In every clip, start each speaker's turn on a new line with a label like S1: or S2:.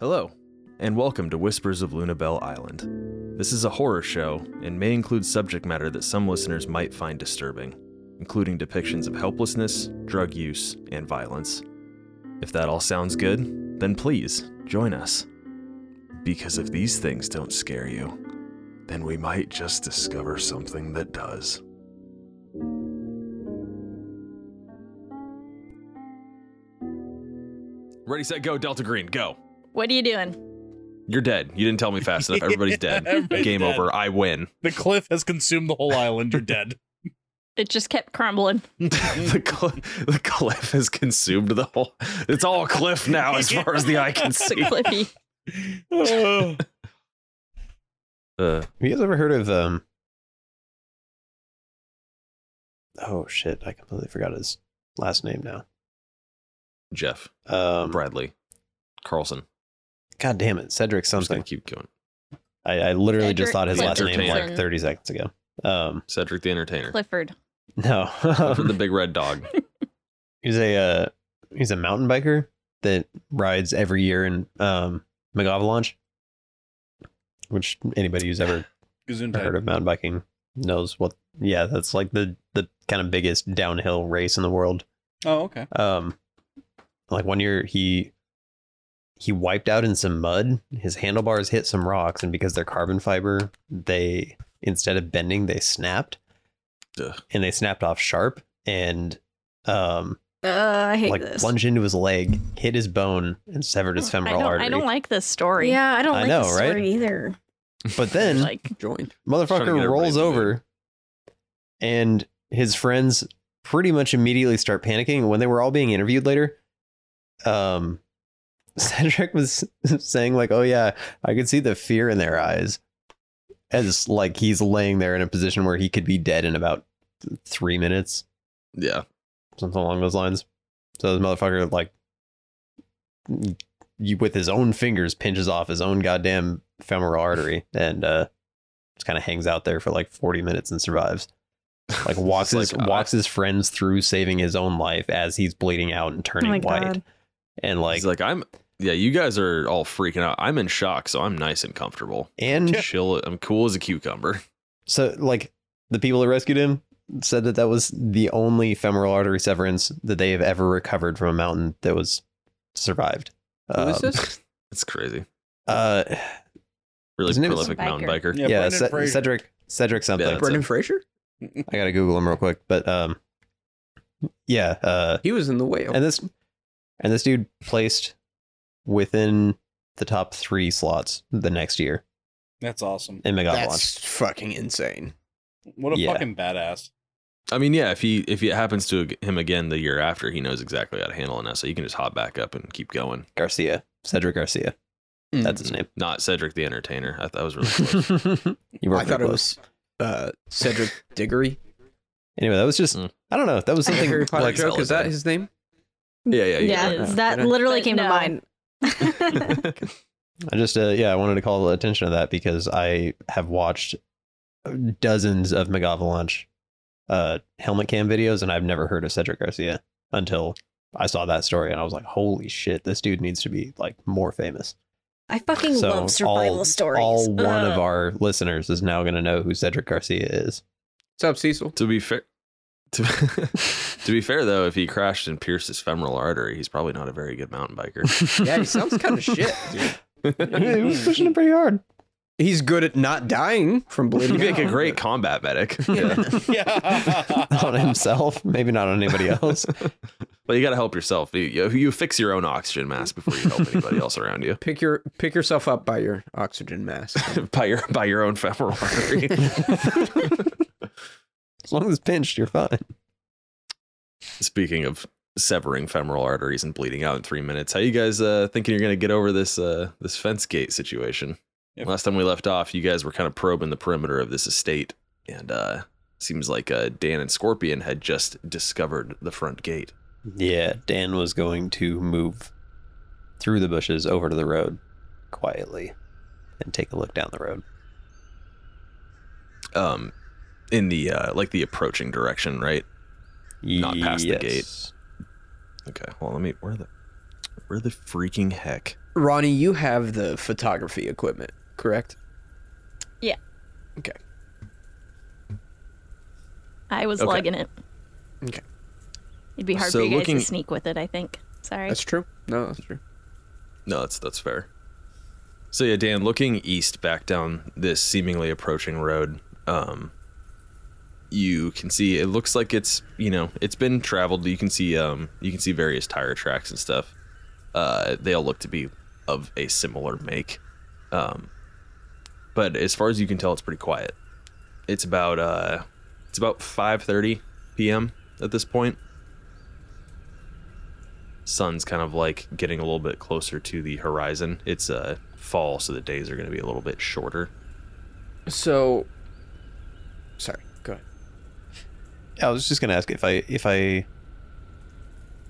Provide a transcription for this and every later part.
S1: Hello, and welcome to Whispers of Lunabelle Island. This is a horror show and may include subject matter that some listeners might find disturbing, including depictions of helplessness, drug use, and violence. If that all sounds good, then please join us. Because if these things don't scare you, then we might just discover something that does. Ready, set, go, Delta Green, go.
S2: What are you doing?
S1: You're dead. You didn't tell me fast enough. Everybody's dead.
S3: Everybody's
S1: Game
S3: dead.
S1: over. I win.
S3: The cliff has consumed the whole island. You're dead.
S2: It just kept crumbling.
S1: the, cl- the cliff has consumed the whole. It's all cliff now, as far as the eye can
S2: It's a
S1: see.
S2: cliffy.
S3: Oh.
S1: Uh,
S4: Have you guys ever heard of um? Oh shit! I completely forgot his last name now.
S1: Jeff
S4: Um,
S1: Bradley Carlson.
S4: God damn it,
S1: I'm
S4: Cedric
S1: just gonna
S4: something.
S1: keep going.
S4: I, I literally
S2: Cedric
S4: just thought his last name
S1: Entertainer.
S4: like thirty seconds ago. Um,
S1: Cedric the Entertainer.
S2: Clifford.
S4: no, um,
S1: the big red dog.
S4: he's a uh, he's a mountain biker that rides every year in um McAvalanche, which anybody who's ever heard of mountain biking knows what. Yeah, that's like the the kind of biggest downhill race in the world.
S3: Oh, okay.
S4: um like one year he he wiped out in some mud his handlebars hit some rocks and because they're carbon fiber they instead of bending they snapped
S1: Ugh.
S4: and they snapped off sharp and um
S2: Uh, I hate
S4: like
S2: this.
S4: plunged into his leg hit his bone and severed his
S2: I
S4: femoral
S2: don't,
S4: artery
S2: I don't like this story.
S5: Yeah, I don't
S4: I
S5: like
S4: know,
S5: this
S4: right?
S5: story either.
S4: but then
S2: Like,
S6: joined.
S1: Trying to get
S4: motherfucker
S1: everybody
S4: rolls
S1: to do
S4: over and his friends pretty much immediately start panicking when they were all being interviewed later um cedric was saying like oh yeah i could see the fear in their eyes as like he's laying there in a position where he could be dead in about three minutes
S1: Yeah.
S4: something along those lines so this motherfucker like you with his own fingers pinches off his own goddamn femoral artery and uh just kind of hangs out there for like 40 minutes and survives like walks
S1: It's
S4: his
S1: like, uh,
S4: walks his friends through saving his own life as he's bleeding out and turning
S5: my
S4: white
S5: God.
S4: and like,
S1: He's like I'm. Yeah, you guys are all freaking out. I'm in shock, so I'm nice and comfortable.
S4: and
S1: Chill. I'm cool as a cucumber.
S4: so like the people that rescued him said that that was the only femoral artery severance that they have ever recovered from a mountain that was survived
S6: Who is
S4: Um,
S6: this?
S1: It's crazy.
S4: uh
S1: Really
S4: Isn't it-
S1: prolific mountain biker.
S3: Yeah,
S4: yeah,
S3: Brendan
S4: Ce-
S3: Fraser.
S4: cedric cedric something
S1: that's
S6: Brendan Fraser?
S4: I gotta Google him real quick, but um, yeah, uh,
S6: He was in the whale.
S4: and this and this dude placed within the top three slots the next year
S3: That's awesome.
S4: in Megavalon.
S6: That's fucking insane.
S3: What a
S4: Yeah.
S3: fucking badass.
S1: I mean, yeah. If he if it happens to him again the year after, he knows exactly how to handle it now, so you can just hop back up and keep going.
S4: Garcia, Cedric Garcia, that's
S6: Hmm.
S4: his name.
S1: Not Cedric the Entertainer. I, that was really close.
S4: you were
S6: I thought
S4: pretty
S6: it
S4: close.
S6: was uh, Cedric Diggory.
S4: Anyway, that was just
S6: Hmm.
S1: Mm.
S4: I don't know. That was
S6: Is that
S4: something
S6: Harry Potter
S4: like
S6: joke? Is that his name?
S1: yeah, yeah,
S5: Yeah,
S1: yeah.
S6: yeah.
S5: that
S6: But
S5: literally
S2: no.
S5: came to mind.
S4: I just uh, yeah, I wanted to call attention to that because I have watched dozens of Megavalanche uh helmet cam videos and I've never heard of Cedric Garcia until I saw that story and I was like, holy shit, this dude needs to be like more famous.
S5: I fucking
S4: so
S5: love survival
S4: all,
S5: stories. Uh.
S4: All one
S5: Ugh.
S4: of our listeners is now gonna know who Cedric Garcia is.
S6: What's up, Cecil?
S1: To be fair, to, to be fair though, if he crashed and pierced his femoral artery, he's probably not a very good mountain biker.
S6: Yeah, he sounds kind of shit, dude.
S4: he was pushing it pretty hard.
S6: He's good at not dying from bleeding.
S1: He'd make a
S6: out.
S1: great combat medic.
S3: Yeah.
S4: on himself, maybe not on anybody else.
S1: But you got to help yourself. You, you, you fix your own oxygen mask before you help anybody else around you.
S6: Pick your pick yourself up by your oxygen mask.
S1: by your by your own femoral artery.
S4: as long as it's pinched, you're fine.
S1: Speaking of severing femoral arteries and bleeding out in three minutes, how you guys uh, thinking you're gonna get over this uh, this fence gate situation?
S3: Yep.
S1: Last time we left off, you guys were kind of probing the perimeter of this estate, and uh, seems like uh, Dan and Scorpion had just discovered the front gate.
S4: Yeah, Dan was going to move through the bushes over to the road quietly and take a look down the road.
S1: Um, in the uh, like the approaching direction, right? Not past the
S4: Yes.
S1: gate. Okay. Well, let me. Where the Where the freaking heck?
S6: Ronnie, you have the photography equipment, correct?
S2: Yeah.
S6: Okay.
S2: I was
S1: Okay.
S2: lugging it.
S6: Okay.
S2: It'd be hard
S1: So
S2: for you guys
S1: looking-
S2: to sneak with it, I think. Sorry.
S6: That's true. No, that's true.
S1: No, that's that's fair. So yeah, Dan, looking east back down this seemingly approaching road, um, you can see it looks like it's you know it's been traveled. You can see um you can see various tire tracks and stuff. Uh, they all look to be of a similar make. Um, but as far as you can tell, it's pretty quiet. It's about uh, it's about 5:30 p.m. at this point sun's kind of like getting a little bit closer to the horizon. It's uh, fall, so the days are going to be a little bit shorter.
S6: So, sorry. Go ahead.
S4: I was just gonna ask if I if I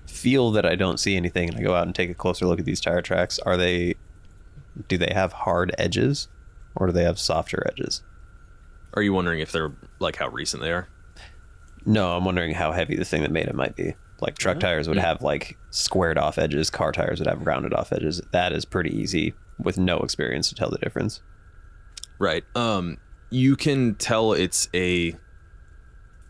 S4: feel that I don't see anything and I go out and take a closer look at these tire tracks, are they do they have hard edges or do they have softer edges?
S1: Are you wondering if they're like how recent they are?
S4: No, I'm wondering how heavy the thing that made it might be. Like truck tires would have like squared off edges, car tires would have rounded off edges. That is pretty easy with no experience to tell the difference.
S1: Right. Um, you can tell it's a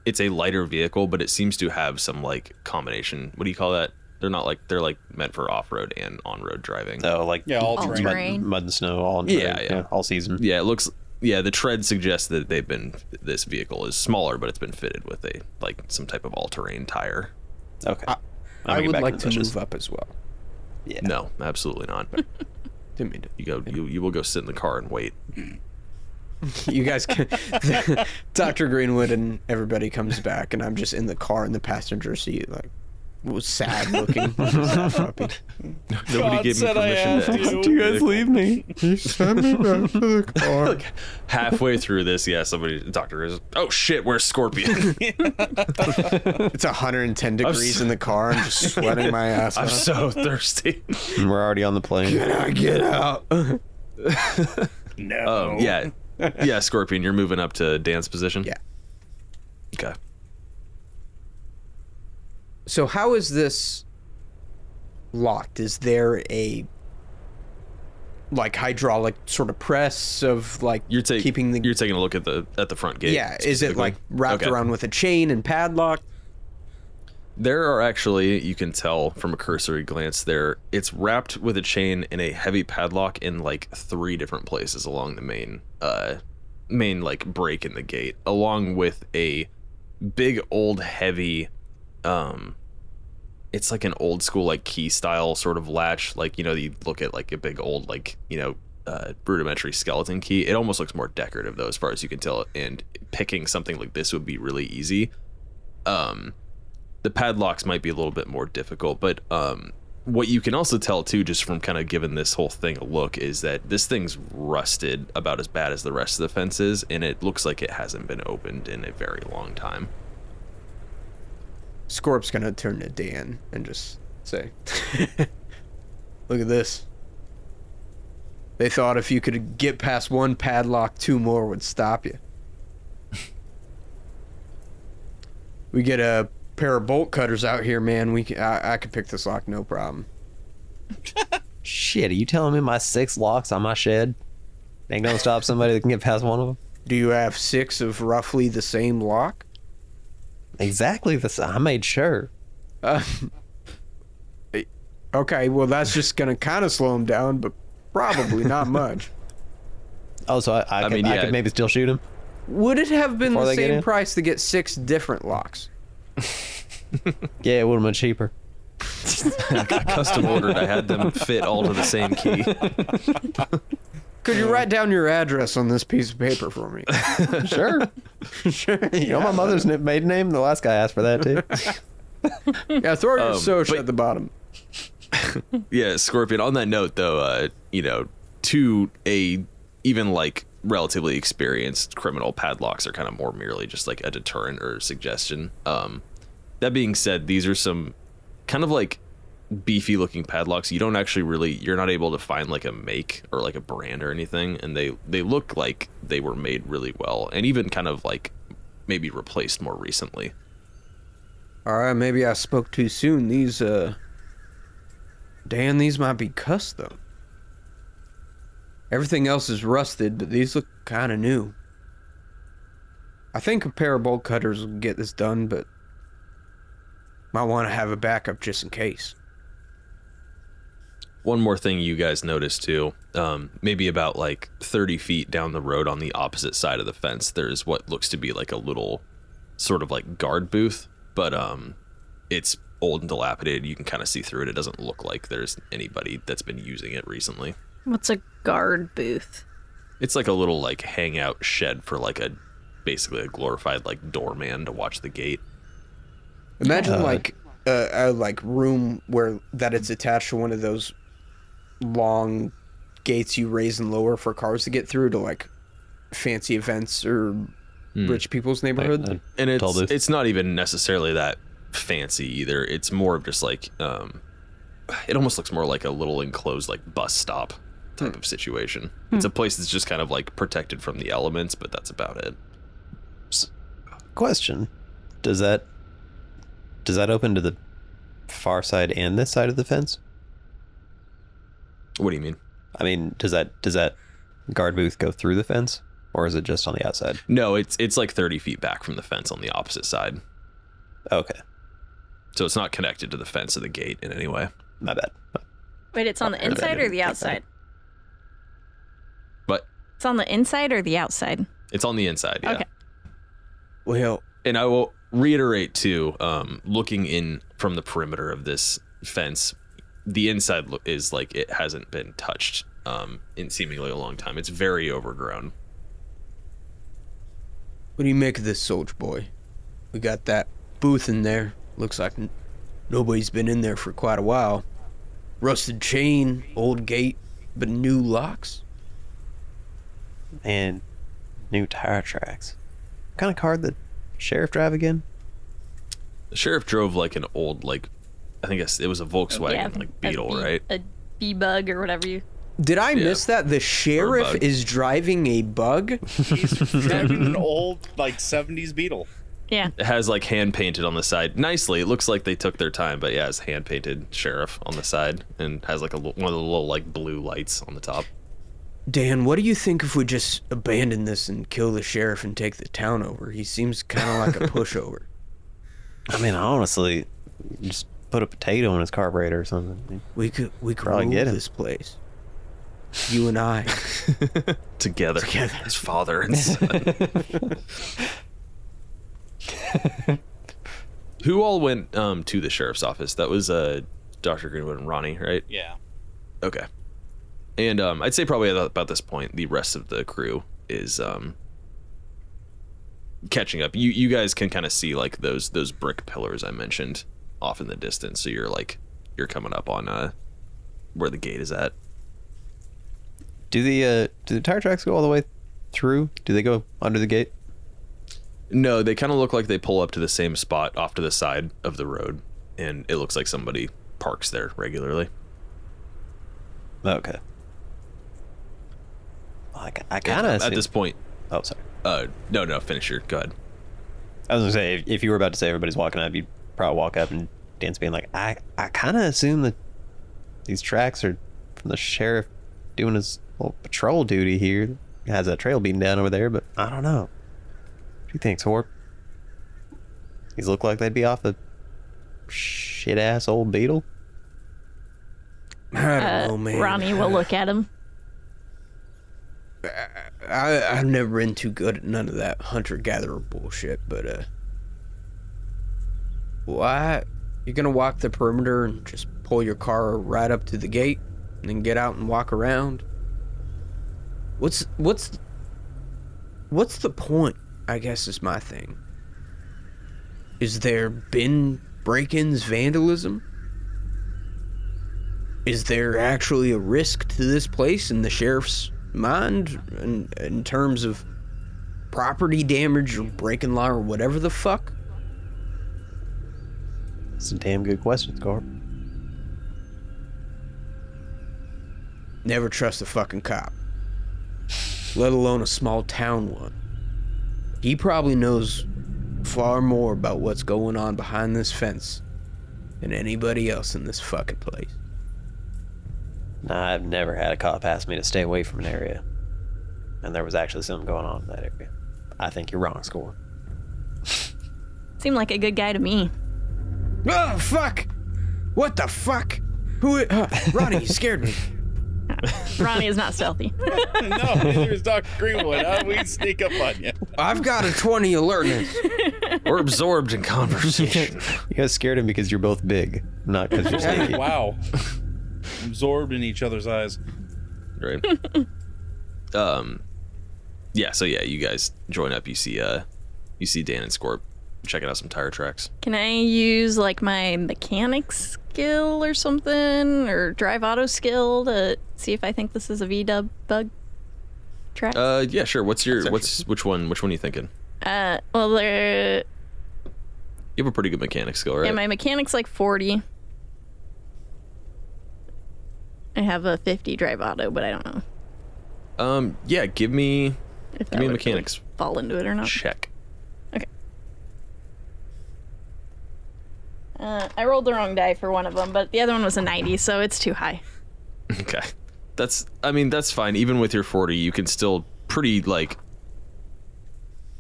S1: it's a lighter vehicle, but it seems to have some like combination. What do you call that? They're not like they're like meant for off road and on road driving.
S4: So like
S3: Yeah, all
S2: All
S3: terrain.
S2: terrain.
S4: mud, mud and snow all
S1: Yeah,
S4: terrain,
S1: yeah.
S4: all season.
S1: Yeah, it looks. Yeah, the tread suggests that they've been this vehicle is smaller, but it's been fitted with a like some type of all terrain tire.
S4: Okay.
S6: I-
S4: I'll
S6: I
S4: get
S6: would
S4: back
S6: like
S4: the
S6: to
S4: bushes.
S6: move up as well.
S4: Yeah.
S1: No, absolutely not.
S6: Didn't mean to.
S1: You go. You, you will go sit in the car and wait.
S6: You guys can. Dr. Greenwood and everybody comes back, and I'm just in the car in the passenger seat, like, was sad looking. sad puppy.
S1: Nobody
S3: God
S1: gave me
S3: said I
S1: permission to
S3: have to.
S1: exit the
S3: Do
S1: vehicle.
S4: me?
S1: Halfway through this, yeah, somebody, doctor is, oh shit, where's Scorpion?
S6: It's 110 degrees in the car. I'm just sweating my ass
S1: I'm
S6: off.
S1: so thirsty.
S4: We're already on the plane.
S6: Can I get out?
S3: No.
S1: Um, yeah, yeah, Scorpion, you're moving up to Dan's position.
S6: Yeah.
S1: Okay.
S6: So how is this locked? Is there a like hydraulic sort of press of like
S1: You're taking
S6: keeping the
S1: you're taking a look at the at the front gate.
S6: yeah? Is it
S1: specifically?
S6: like wrapped
S1: Okay.
S6: around with a chain and padlock?
S1: There are actually, you can tell from a cursory glance there, it's wrapped with a chain and a heavy padlock in like three different places along the main uh main like break in the gate, along with a big old heavy um it's like an old school like key style sort of latch, like you know, you look at like a big old like, you know, uh, rudimentary skeleton key. It almost looks more decorative though, as far as you can tell. And picking something like this would be really easy. Um, the padlocks might be a little bit more difficult but um what you can also tell too just from kind of giving this whole thing a look is that this thing's rusted about as bad as the rest of the fences and it looks like it hasn't been opened in a very long time
S6: Scorp's gonna turn to Dan and just say, "Look at this." They thought if you could get past one padlock, two more would stop you. we get a pair of bolt cutters out here, man. We can, I, I could pick this lock, no problem.
S4: Shit, are you telling me my six locks on my shed ain't gonna stop somebody that can get past one of them?
S6: Do you have six of roughly the same lock?
S4: Exactly this. I made sure.
S6: Okay, well that's just gonna kind of slow him down, but probably not much.
S4: Oh, so I, I, could,
S1: mean,
S4: I
S1: yeah.
S4: could maybe still shoot him.
S6: Would it have been
S4: Before
S6: the
S4: they get
S6: same
S4: in?
S6: price to get six different locks?
S4: Yeah, it would have been cheaper.
S1: i got custom ordered i had them fit all to the same key
S6: Could you write down your address on this piece of paper for me?
S4: Sure. sure. You know my mother's na- maiden name. The last guy asked for that too.
S6: Yeah, throw your
S1: Um,
S6: social
S1: but-
S6: at the bottom.
S1: yeah scorpion on that note though uh you know to a even like relatively experienced criminal padlocks are kind of more merely just like a deterrent or suggestion um that being said these are some kind of like beefy looking padlocks you don't actually really you're not able to find like a make or like a brand or anything and they they look like they were made really well and even kind of like maybe replaced more recently
S6: All right, maybe I spoke too soon. These uh Dan, these might be custom. Everything else is rusted, but these look kind of new. I think a pair of bolt cutters will get this done, but might want to have a backup just in case.
S1: One more thing you guys noticed too, um, maybe about like 30 feet down the road on the opposite side of the fence, there's what looks to be like a little sort of like guard booth, but um, it's old and dilapidated. You can kind of see through it. It doesn't look like there's anybody that's been using it recently.
S2: What's a guard booth?
S1: It's like a little like hangout shed for like a basically a glorified like doorman to watch the gate.
S6: Imagine like a, a like room where that it's attached to one of those long gates you raise and lower for cars to get through to like fancy events or rich people's neighborhood.
S4: Right,
S1: and
S4: Tall
S1: it's
S4: booth.
S1: it's not even necessarily that fancy either. It's more of just like um, it almost looks more like a little enclosed like bus stop type of situation. It's a place that's just kind of like protected from the elements, but that's about it.
S4: Question: Does that does that open to the far side and this side of the fence?
S1: What do you mean?
S4: I mean, does that does that guard booth go through the fence, or is it just on the outside?
S1: No, it's it's like 30 feet back from the fence on the opposite side.
S4: Okay,
S1: So it's not connected to the fence or the gate in any way.
S4: my bad.
S2: Wait, it's on the inside or the outside?
S1: But
S2: It's on the inside or the outside?
S1: it's on the inside, yeah.
S2: Okay.
S6: Well,
S1: and I will reiterate too. Um, looking in from the perimeter of this fence, the inside lo- is like it hasn't been touched um, in seemingly a long time. It's very overgrown.
S6: what do you make of this soldier boy? We got that booth in there. Looks like n- nobody's been in there for quite a while. Rusted chain, old gate, but new locks.
S4: And new tire tracks. What kind of car did sheriff drive again?
S1: The sheriff drove like an old like, I think it's- it was a Volkswagen like Beetle,
S2: a
S1: right?
S2: A bee bug or whatever you.
S6: Did I miss that? The sheriff
S1: bug.
S6: is driving a bug?
S3: He's driving an old like '70s Beetle.
S2: Yeah.
S1: It has like hand painted on the side nicely. It looks like they took their time, but yeah, it's hand painted sheriff on the side and has like a lo- one of the little like blue lights on the top.
S6: Dan, what do you think if we just abandon this and kill the sheriff and take the town over? He seems kind of like a pushover.
S4: I mean, honestly, just put a potato in his carburetor or something.
S6: We could we could
S4: Probably
S6: rule
S4: get him.
S6: this place. You and I.
S1: Together, Together. his father and son. Who all went um, to the sheriff's office? That was uh, Dr. Greenwood and Ronnie, right?
S3: Yeah.
S1: Okay. And um, I'd say probably at about this point, the rest of the crew is um, catching up. You you guys can kind of see like those those brick pillars I mentioned off in the distance. So you're like you're coming up on uh, where the gate is at.
S4: Do the uh, do the tire tracks go all the way through? Do they go under the gate?
S1: No, they kind of look like they pull up to the same spot off to the side of the road, and it looks like somebody parks there regularly.
S4: Okay. I, I kind
S1: At
S4: of
S1: this point,
S4: Oh, sorry.
S1: uh, no, no, finish your go ahead.
S4: I was gonna say if, if you were about to say everybody's walking up, you'd probably walk up and Dan's being like, I I kind of assume that these tracks are from the sheriff doing his little patrol duty here. He has that trail beaten down over there, but I don't know. What do you think, Horp? These look like they'd be off a shit ass old beetle.
S6: I don't
S2: Uh,
S1: Oh,
S6: know, man.
S2: Ronnie will look at him.
S6: I I've never been too good at none of that hunter gatherer bullshit, but uh why you're gonna walk the perimeter and just pull your car right up to the gate and then get out and walk around? What's what's what's the point, I guess is my thing. Is there been break ins vandalism? is there actually a risk to this place in the sheriff's mind in, in terms of property damage or breaking law or whatever the fuck?
S4: That's a damn good question, Corp.
S6: Never trust a fucking cop, let alone a small town one. He probably knows far more about what's going on behind this fence than anybody else in this fucking place.
S4: Nah, I've never had a cop ask me to stay away from an area. And there was actually something going on in that area. I think you're wrong, score.
S2: Seemed like a good guy to me.
S6: Oh fuck! What the fuck? Who? i- uh, Ronnie you scared me.
S2: Ronnie is not stealthy.
S3: no, neither is Dr. Greenwood. How do we sneak up on you?
S6: I've got a twenty alertness.
S1: We're absorbed in conversation.
S4: You guys scared him because you're both big, not because you're sneaky.
S3: Wow. Absorbed in each other's eyes.
S1: right. um, yeah. So yeah, you guys join up. You see, uh, you see Dan and Scorp checking out some tire tracks.
S2: Can I use like my mechanic skill or something, or drive auto skill to see if I think this is a V dub bug track?
S1: Uh, yeah, sure. What's your what's which one? Which one are you thinking?
S2: Uh, well, there.
S1: You have a pretty good mechanic skill, right?
S2: Yeah, my mechanic's like 40. I have a 50 drive auto, but I don't know
S1: um, yeah. Give me
S2: if that
S1: give me a
S2: would
S1: mechanics
S2: fall into it or not.
S1: check.
S2: Uh, I rolled the wrong die for one of them, but the other one was a 90, so it's too high.
S1: Okay. That's I mean, that's fine. Even with your 40, you can still pretty like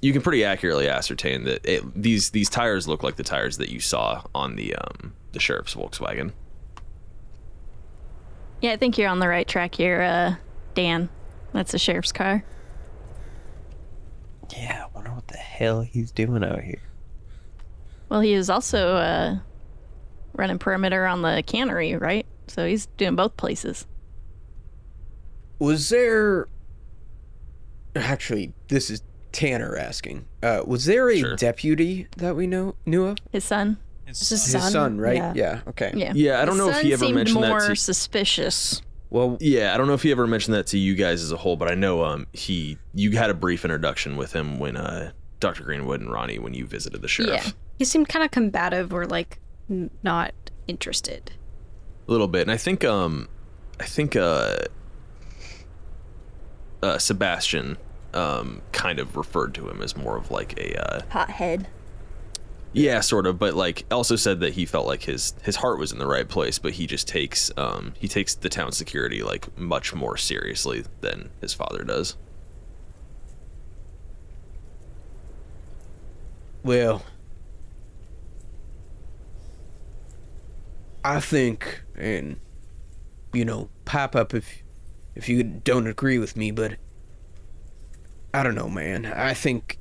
S1: you can pretty accurately ascertain that it, these these tires look like the tires that you saw on the um the sheriff's Volkswagen.
S2: Yeah, I think you're on the right track here, uh, Dan. That's the sheriff's car.
S4: Yeah, I wonder what the hell he's doing out here.
S2: Well, he is also uh, running perimeter on the cannery, right? So he's doing both places.
S6: Was there? Actually, this is Tanner asking. Uh, was there a
S1: Sure.
S6: deputy that we knew knew of?
S2: His son.
S3: It's
S5: This is-
S6: His
S5: Son?
S6: son, right?
S5: Yeah.
S6: Okay.
S2: Yeah.
S1: Yeah, I don't
S2: His
S1: know if
S2: son
S1: he ever
S2: seemed
S1: mentioned
S2: more
S1: that to,
S2: suspicious.
S6: Well,
S1: Yeah, I don't know if he ever mentioned that to you guys as a whole, but I know um he you had a brief introduction with him when uh Dr. Greenwood and Ronnie when you visited the sheriff.
S2: Yeah.
S5: He seemed kind of combative or like n- not interested.
S1: a little bit and i think um i think uh uh sebastian um kind of referred to him as more of like a uh
S2: Hothead.
S1: yeah sort of but like also said that he felt like his his heart was in the right place but he just takes um he takes the town security like much more seriously than his father does
S6: Well, I think, and you know, pop up if if you don't agree with me, but I don't know, man. I think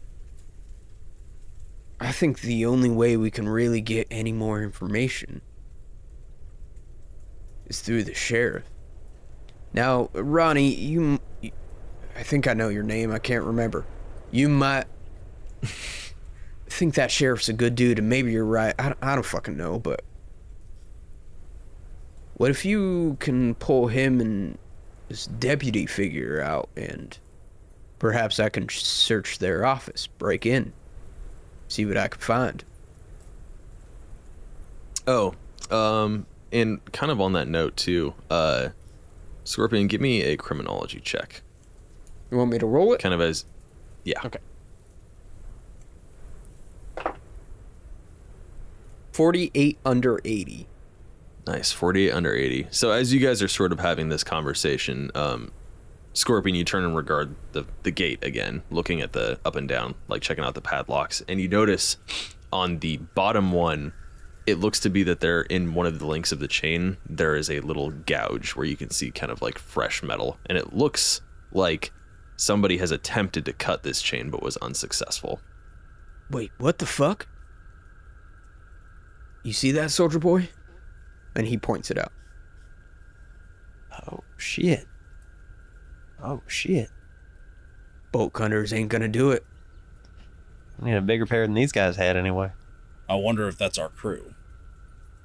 S6: I think the only way we can really get any more information is through the sheriff. Now, Ronnie, you, you I think I know your name. I can't remember. You might think that sheriff's a good dude, and maybe you're right. I, I don't fucking know, but what if you can pull him and this deputy figure out, and perhaps I can search their office, break in, see what I can find.
S1: oh um and kind of on that note too uh scorpion give me a criminology check
S6: You want me to roll it?
S1: kind of as yeah okay
S6: Forty-eight under eighty.
S1: Nice, 48 under 80. So as you guys are sort of having this conversation, um, Scorpion, you turn and regard the, the gate again, looking at the up and down, like checking out the padlocks, and you notice on the bottom one, it looks to be that they're in one of the links of the chain. There is a little gouge where you can see kind of like fresh metal, and it looks like somebody has attempted to cut this chain but was unsuccessful.
S6: Wait, what the fuck? You see that, soldier boy? And he points it out.
S4: Oh shit. Oh shit.
S6: Bolt cutters ain't gonna do it.
S4: I need a bigger pair than these guys had anyway.
S3: I wonder if that's our crew.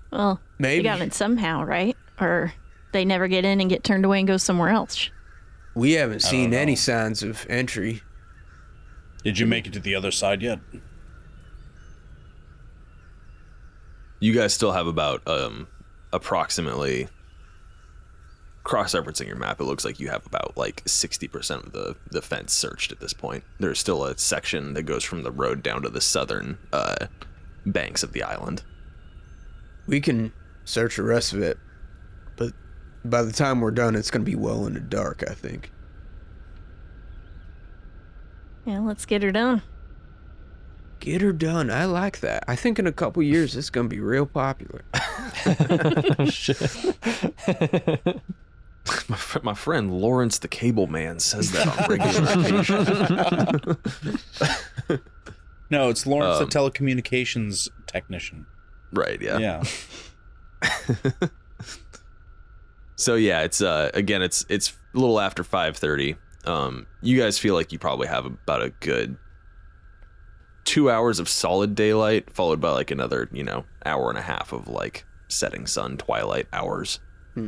S2: Well, they
S6: Maybe.
S2: got it somehow, right? Or they never get in and get turned away and go somewhere else.
S6: We haven't seen
S3: know.
S6: any signs of entry.
S3: Did you make it to the other side yet?
S1: you guys still have about um approximately cross-referencing your map it looks like you have about like 60% of the the fence searched at this point there's still a section that goes from the road down to the southern uh banks of the island
S6: We can search the rest of it, but By the time we're done, it's going to be well in the dark, I think.
S2: Yeah, let's get her done.
S6: Get her done. I like that. I think in a couple years, it's going to be real popular.
S4: Shit.
S1: My, fr- my friend Lawrence the Cable Man says that on regular occasion.
S3: No, it's Lawrence,
S1: Um,
S3: the telecommunications technician.
S1: Right, yeah.
S3: yeah.
S1: So yeah, it's uh again it's it's a little after 5:30. Um you guys feel like you probably have about a good 2 hours of solid daylight followed by like another, you know, hour and a half of like setting sun twilight hours.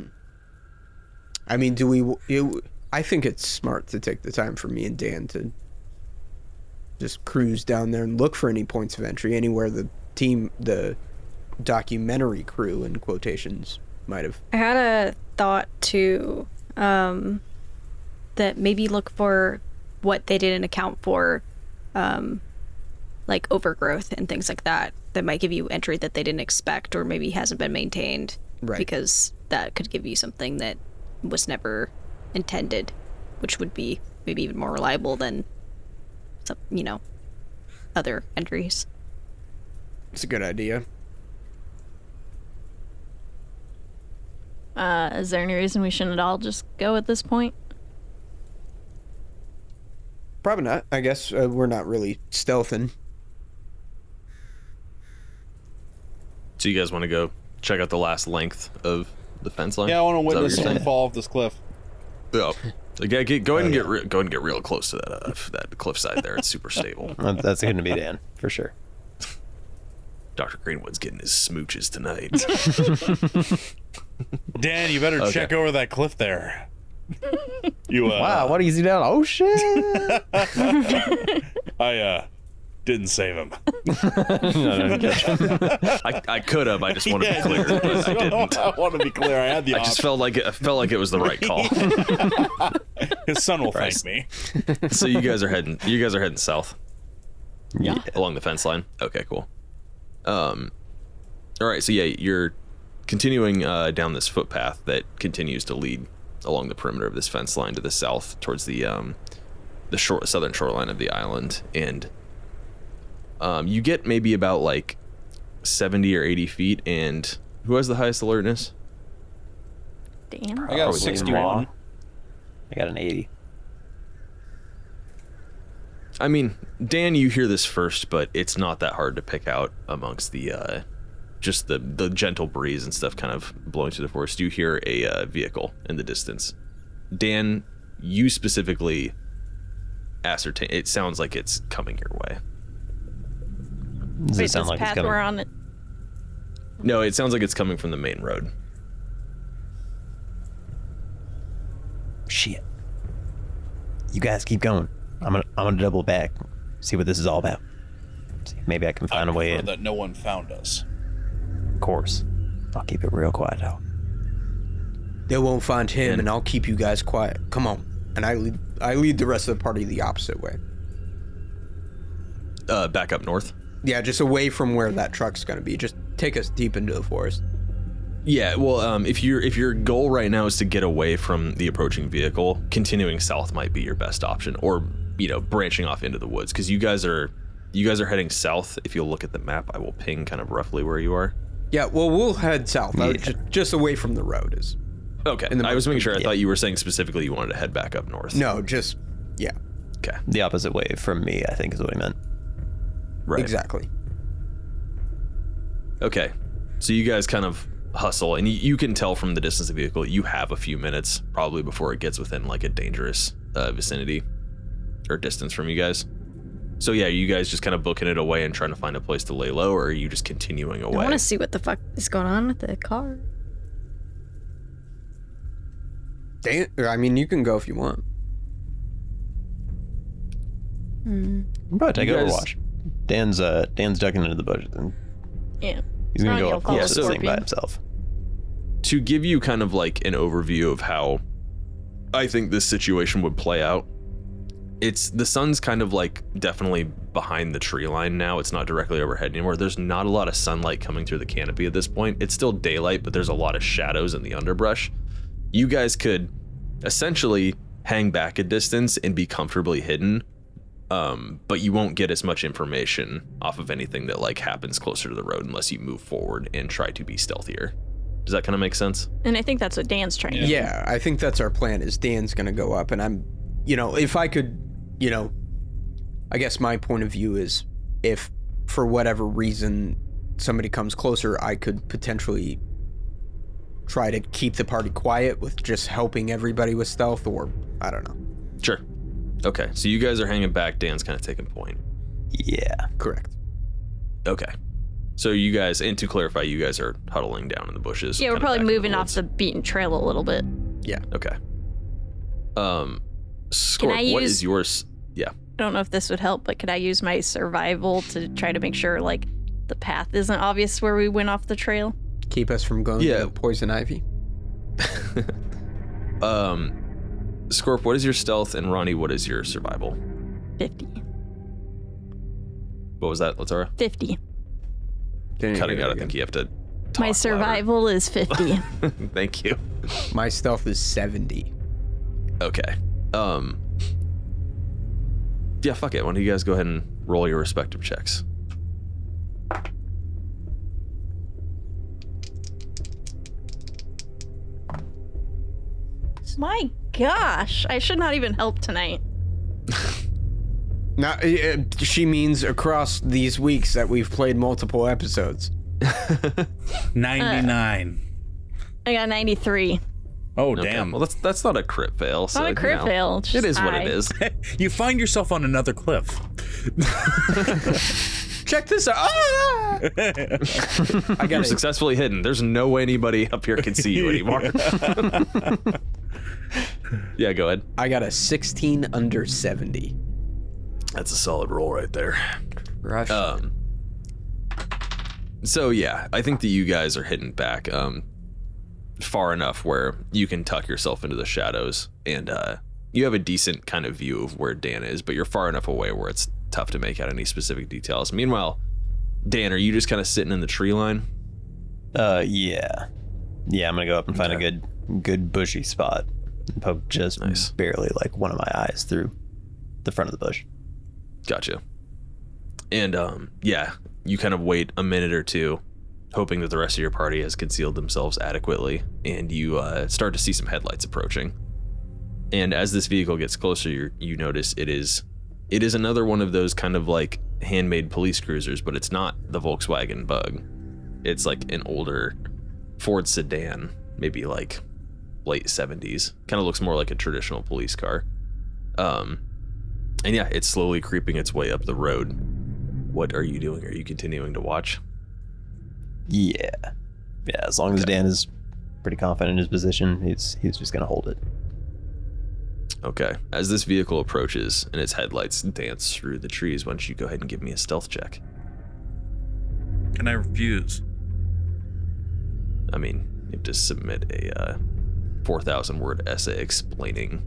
S6: I mean, do we? You, I think it's smart to take the time for me and Dan to just cruise down there and look for any points of entry anywhere the team, the documentary crew in quotations, might have.
S5: I had a thought too, um, that maybe look for what they didn't account for, um, like overgrowth and things like that. That might give you entry that they didn't expect, or maybe hasn't been maintained,
S6: Right.
S5: Because that could give you something that was never intended, which would be maybe even more reliable than, some, you know, other entries.
S6: It's a good idea.
S2: Uh, is there any reason we shouldn't all just go at this point?
S6: Probably not. I guess uh, we're not really stealthing.
S1: So you guys want to go check out the last length of the fence line?
S3: Yeah, I want to
S1: Is that what
S3: witness
S1: you're
S3: someone
S1: saying?
S3: fall off this cliff.
S1: Oh. Like, yeah, get, go ahead and
S3: Oh,
S1: get re- go ahead and get real close to that uh, that cliffside there. It's super stable.
S4: Well, That's going to be Dan for sure.
S1: Dr. Greenwood's getting his smooches tonight.
S3: Dan, you better check over that cliff there. you uh,
S4: Wow, what easy down? Oh shit!
S3: I uh didn't save him.
S1: I, I could have. I just want to be clear, but I didn't.
S3: I want to be clear. I had the
S1: I just
S3: option.
S1: felt like it, I felt like it was the right call.
S3: His son will thank
S1: Christ.
S3: me.
S1: so you guys are heading. You guys are heading south
S4: yeah.
S1: along the fence line. Okay, cool. Um, all right. So yeah, you're continuing uh, down this footpath that continues to lead along the perimeter of this fence line to the south towards the um, the short southern shoreline of the island, and um, you get maybe about like seventy or eighty feet. And who has the highest alertness?
S2: Damn.
S3: I got
S4: Probably
S3: 61.
S4: wrong. I got an 80.
S1: I mean, Dan, you hear this first, but it's not that hard to pick out amongst the uh, just the the gentle breeze and stuff kind of blowing through the forest. You hear a uh, vehicle in the distance. Dan, you specifically ascertain. It sounds like it's coming your way.
S4: Does
S2: Wait,
S4: it sound
S2: this
S4: like it's
S2: path
S4: coming?
S2: we're on. It.
S1: No, it sounds like it's coming from the main road.
S4: Shit. You guys keep going. I'm gonna I'm gonna double back. See what this is all about. See if maybe I can find a way
S3: Prefer
S4: in.
S3: That no one found us.
S4: Of course. I'll keep it real quiet though.
S6: They won't find him, and I'll keep you guys quiet. Come on. And I lead. I lead the rest of the party the opposite way.
S1: Uh, back up north.
S6: Yeah, just away from where that truck's going to be. Just take us deep into the forest.
S1: Yeah, well, um, if your if your goal right now is to get away from the approaching vehicle, continuing south might be your best option, or you know, branching off into the woods because you guys are you guys are heading south. If you'll look at the map, I will ping kind of roughly where you are.
S6: Yeah, well, we'll head south. I would
S4: Yeah.
S6: ju- just away from the road is.
S1: Okay, I was making sure. I thought you were saying specifically you wanted to head back up north.
S6: No, just yeah,
S1: Okay.
S4: The opposite way from me, I think is what he meant.
S1: Right.
S6: exactly.
S1: Okay. So you guys kind of hustle, and you, you can tell from the distance of the vehicle you have a few minutes probably before it gets within like a dangerous uh, vicinity or distance from you guys. So yeah, you guys just kind of booking it away and trying to find a place to lay low, or are you just continuing
S5: I
S1: away?
S5: want to see what the fuck is going on with the car.
S6: Dan, I mean, you can go if you want.
S4: I'm about to take
S1: You guys-
S4: overwatch. Dan's uh Dan's ducking into the bush and
S2: Yeah.
S4: he's gonna
S2: Oh,
S4: go
S2: you'll
S4: up
S2: follow
S4: close to
S1: the
S4: this thing by
S2: scorpion.
S4: himself.
S1: to give you kind of like an overview of how I think this situation would play out, it's the sun's kind of like definitely behind the tree line now. It's not directly overhead anymore. There's not a lot of sunlight coming through the canopy at this point. It's still daylight, but there's a lot of shadows in the underbrush. you guys could essentially hang back a distance and be comfortably hidden um, but you won't get as much information off of anything that like happens closer to the road unless you move forward and try to be stealthier does that kind of make sense
S2: And I think that's what Dan's trying to
S6: Yeah. I think that's our plan. Is Dan's gonna go up, and I'm, you know, if I could, you know, I guess my point of view is if for whatever reason somebody comes closer, I could potentially try to keep the party quiet with just helping everybody with stealth, or I don't know.
S1: sure okay so you guys are hanging back dan's kind of taking point
S4: Yeah.
S6: Correct.
S1: okay so you guys and to clarify you guys are huddling down in the bushes
S2: Yeah, we're
S1: kinda
S2: probably
S1: back in the
S2: moving off
S1: woods.
S2: the beaten trail a little bit.
S1: Okay. Um, Scorp,
S2: I
S1: what
S2: use-
S1: is yours? Yeah.
S2: I don't know if this would help, but could I use my survival to try to make sure like the path isn't obvious where we went off the trail?
S6: Keep us from going
S1: Yeah.
S6: to poison ivy.
S1: Um, Scorp, what is your stealth? And Ronnie, what is your survival?
S2: 50.
S1: What was that, Latara?
S2: 50.
S6: Didn't hear
S1: Cutting
S6: that
S1: out. I
S6: again.
S1: think you have to. Talk
S2: My survival is 50.
S1: louder. Thank you.
S6: My stealth is seventy.
S1: Okay. Um. Yeah, fuck it. Why don't you guys go ahead and roll your respective checks?
S2: My gosh, I should not even help tonight.
S6: Now uh, she means across these weeks that we've played multiple episodes.
S3: 99.
S2: I got 93.
S3: oh,
S1: Okay.
S3: damn.
S1: Well, that's that's not a crit fail. So,
S2: not a
S1: you
S2: crit
S1: know,
S2: fail. it's
S1: It
S2: just
S1: is what
S2: I.
S1: it is.
S3: you find yourself on another cliff.
S6: Check this out. Ah! I
S1: You're
S6: got a
S1: successfully hidden. There's no way anybody up here can see you anymore. yeah, go ahead.
S6: I got a 16 under 70.
S1: That's a solid roll right there.
S6: Rush.
S1: Um. So yeah, I think that you guys are hitting back um far enough where you can tuck yourself into the shadows and uh you have a decent kind of view of where Dan is, but you're far enough away where it's tough to make out any specific details. Meanwhile, Dan, are you just kind of sitting in the tree line?
S4: Uh, yeah. Yeah, I'm gonna go up and find
S1: Okay.
S4: a good, good bushy spot and poke just
S1: Nice.
S4: barely like one of my eyes through the front of the bush.
S1: Gotcha. And um, yeah, you kind of wait a minute or two, hoping that the rest of your party has concealed themselves adequately, and you uh, start to see some headlights approaching. And as this vehicle gets closer, you you notice it is it is another one of those kind of like handmade police cruisers, but it's not the Volkswagen Bug. It's like an older Ford sedan, maybe like late 70s. Kind of looks more like a traditional police car. Um, and yeah, it's slowly creeping its way up the road. What are you doing? Are you continuing to watch?
S4: Yeah. Yeah, as long as Dan is pretty confident in his position, he's he's just gonna hold it.
S1: Okay. As this vehicle approaches and its headlights dance through the trees, why don't you go ahead and give me a stealth check?
S3: Can I refuse?
S1: I mean, you have to submit a uh, 4,000 word essay explaining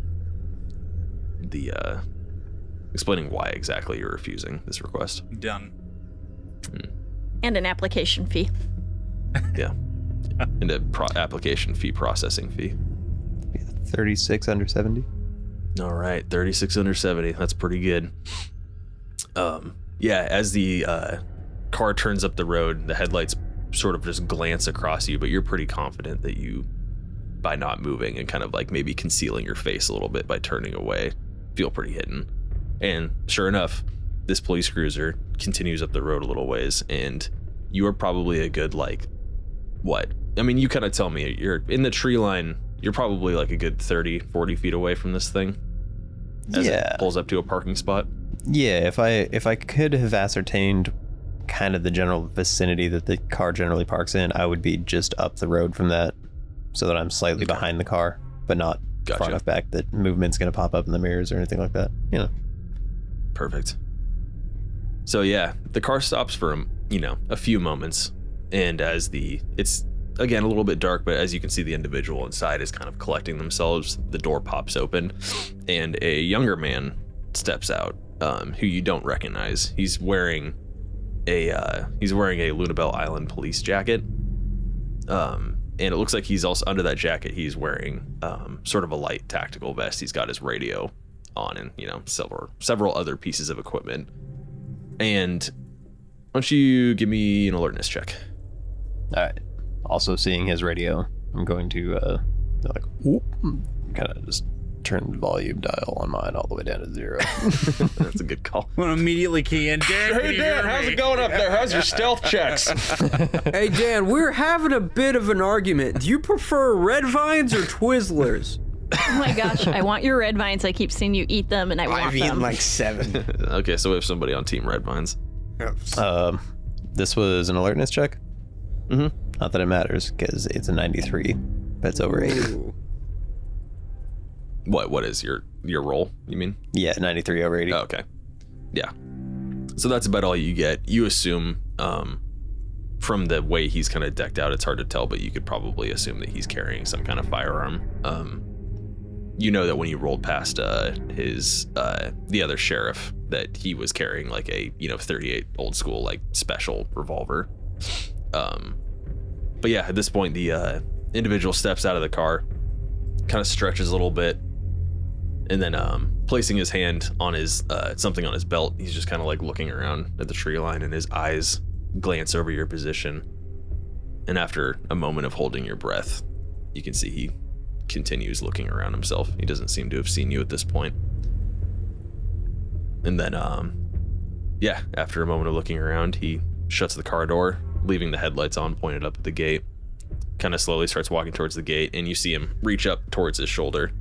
S1: the, uh, explaining why exactly you're refusing this request.
S3: Done.
S2: And an application fee.
S1: Yeah. and a pro- application fee, processing fee.
S4: Thirty-six under seventy.
S1: All right, 36 under 70. That's pretty good. Um, yeah, as the uh, car turns up the road, the headlights sort of just glance across you, but you're pretty confident that you, by not moving and kind of like maybe concealing your face a little bit by turning away, feel pretty hidden. And sure enough, this police cruiser continues up the road a little ways, and you are probably a good like what? I mean, you kind of tell me you're in the tree line. You're probably like a good 30, 40 feet away from this thing as
S4: Yeah.
S1: it pulls up to a parking spot.
S4: Yeah, if I if I could have ascertained kind of the general vicinity that the car generally parks in, I would be just up the road from that so that I'm slightly behind the car, but not far
S1: Gotcha.
S4: enough back that movement's gonna pop up in the mirrors or anything like that. You know.
S1: Perfect. So yeah, the car stops for um, you know a few moments, and as the it's again a little bit dark, but as you can see, the individual inside is kind of collecting themselves. The door pops open, and a younger man steps out, um, who you don't recognize. He's wearing a uh, he's wearing a Lunabelle Island police jacket, um, and it looks like he's also under that jacket. He's wearing um, sort of a light tactical vest. He's got his radio on, and you know several several other pieces of equipment. And why don't you give me an alertness check?
S4: All right. Also seeing his radio, I'm going to uh, like kind of just turn the volume dial on mine all the way down to zero.
S1: That's a good call.
S3: I'm gonna immediately key in. Dan, can you hear me?
S1: going up there? How's your stealth checks?
S6: Hey Dan, we're having a bit of an argument. Do you prefer red vines or Twizzlers?
S2: Oh my gosh, I want your red vines. I keep seeing you eat them, and I want
S7: I've
S2: them.
S7: eaten like seven.
S1: okay, so we have somebody on Team Red Vines.
S4: um, this was an alertness check.
S1: Mhm.
S4: Not that it matters because it's a 93. That's over 80.
S6: Ooh.
S1: What? What is your your role? You mean?
S4: Yeah, 93 over 80.
S1: Oh, okay. Yeah. So that's about all you get. You assume um, from the way he's kind of decked out, it's hard to tell, but you could probably assume that he's carrying some kind of firearm. Um, you know that when you rolled past uh, his uh, the other sheriff, that he was carrying like a you know 38 old school like special revolver. Um, but yeah, at this point, the uh, individual steps out of the car, kind of stretches a little bit, and then um, placing his hand on his uh, something on his belt, he's just kind of like looking around at the tree line, and his eyes glance over your position. And after a moment of holding your breath, you can see he continues looking around himself. He doesn't seem to have seen you at this point. And then, um, yeah, after a moment of looking around, he shuts the car door, leaving the headlights on, pointed up at the gate. Kind of slowly starts walking towards the gate, and you see him reach up towards his shoulder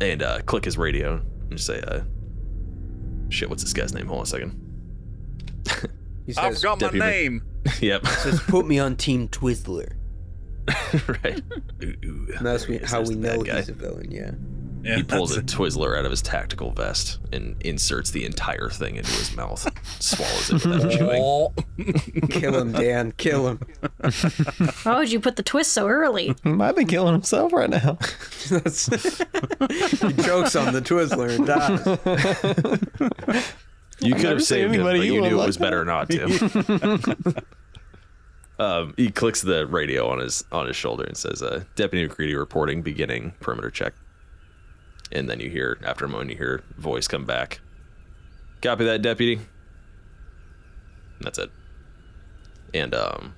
S1: and uh, click his radio and just say, uh, "Shit, what's this guy's name?" Hold on a second.
S6: He
S3: I
S6: says,
S3: forgot my
S1: Deputy-
S3: name.
S1: yep.
S6: says, "Put me on Team Twizzler."
S1: right. Ooh, ooh.
S6: And that's
S1: There he is.
S6: how
S1: There's
S6: we
S1: the bad
S6: know
S1: guy.
S6: he's a villain. Yeah.
S3: Yeah,
S1: He pulls a
S3: that's
S1: Twizzler out of his tactical vest and inserts the entire thing into his mouth, swallows it without chewing.
S6: Kill him, Dan. Kill him.
S5: Why would you put the twist so early?
S4: I've been killing himself right now.
S6: That's- he chokes on the Twizzler and dies.
S1: You could
S4: never
S1: have
S4: seen
S1: saved him, but
S4: anybody
S1: you
S4: who
S1: knew it
S4: would
S1: was
S4: like
S1: better not to. um, he clicks the radio on his on his shoulder and says, uh, "Deputy McCready reporting, beginning perimeter check." And then you hear, after a moment, you hear a voice come back. Copy that, deputy. And that's it. And um,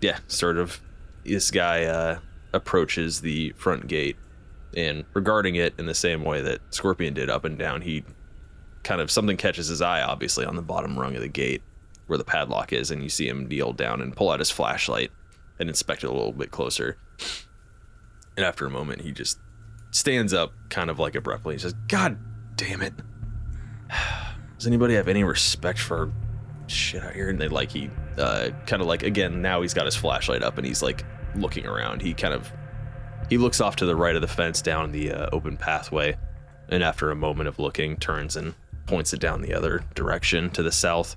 S1: yeah, sort of. This guy uh, approaches the front gate, and regarding it in the same way that Scorpion did up and down, he kind of something catches his eye, obviously, on the bottom rung of the gate where the padlock is, and you see him kneel down and pull out his flashlight and inspect it a little bit closer. And after a moment, he just stands up, kind of like abruptly, and says, God damn it. Does anybody have any respect for shit out here? And they like, he uh, kind of like, again, now he's got his flashlight up and he's like looking around. He kind of. He looks off to the right of the fence down the uh, open pathway, and after a moment of looking, turns and points it down the other direction to the south.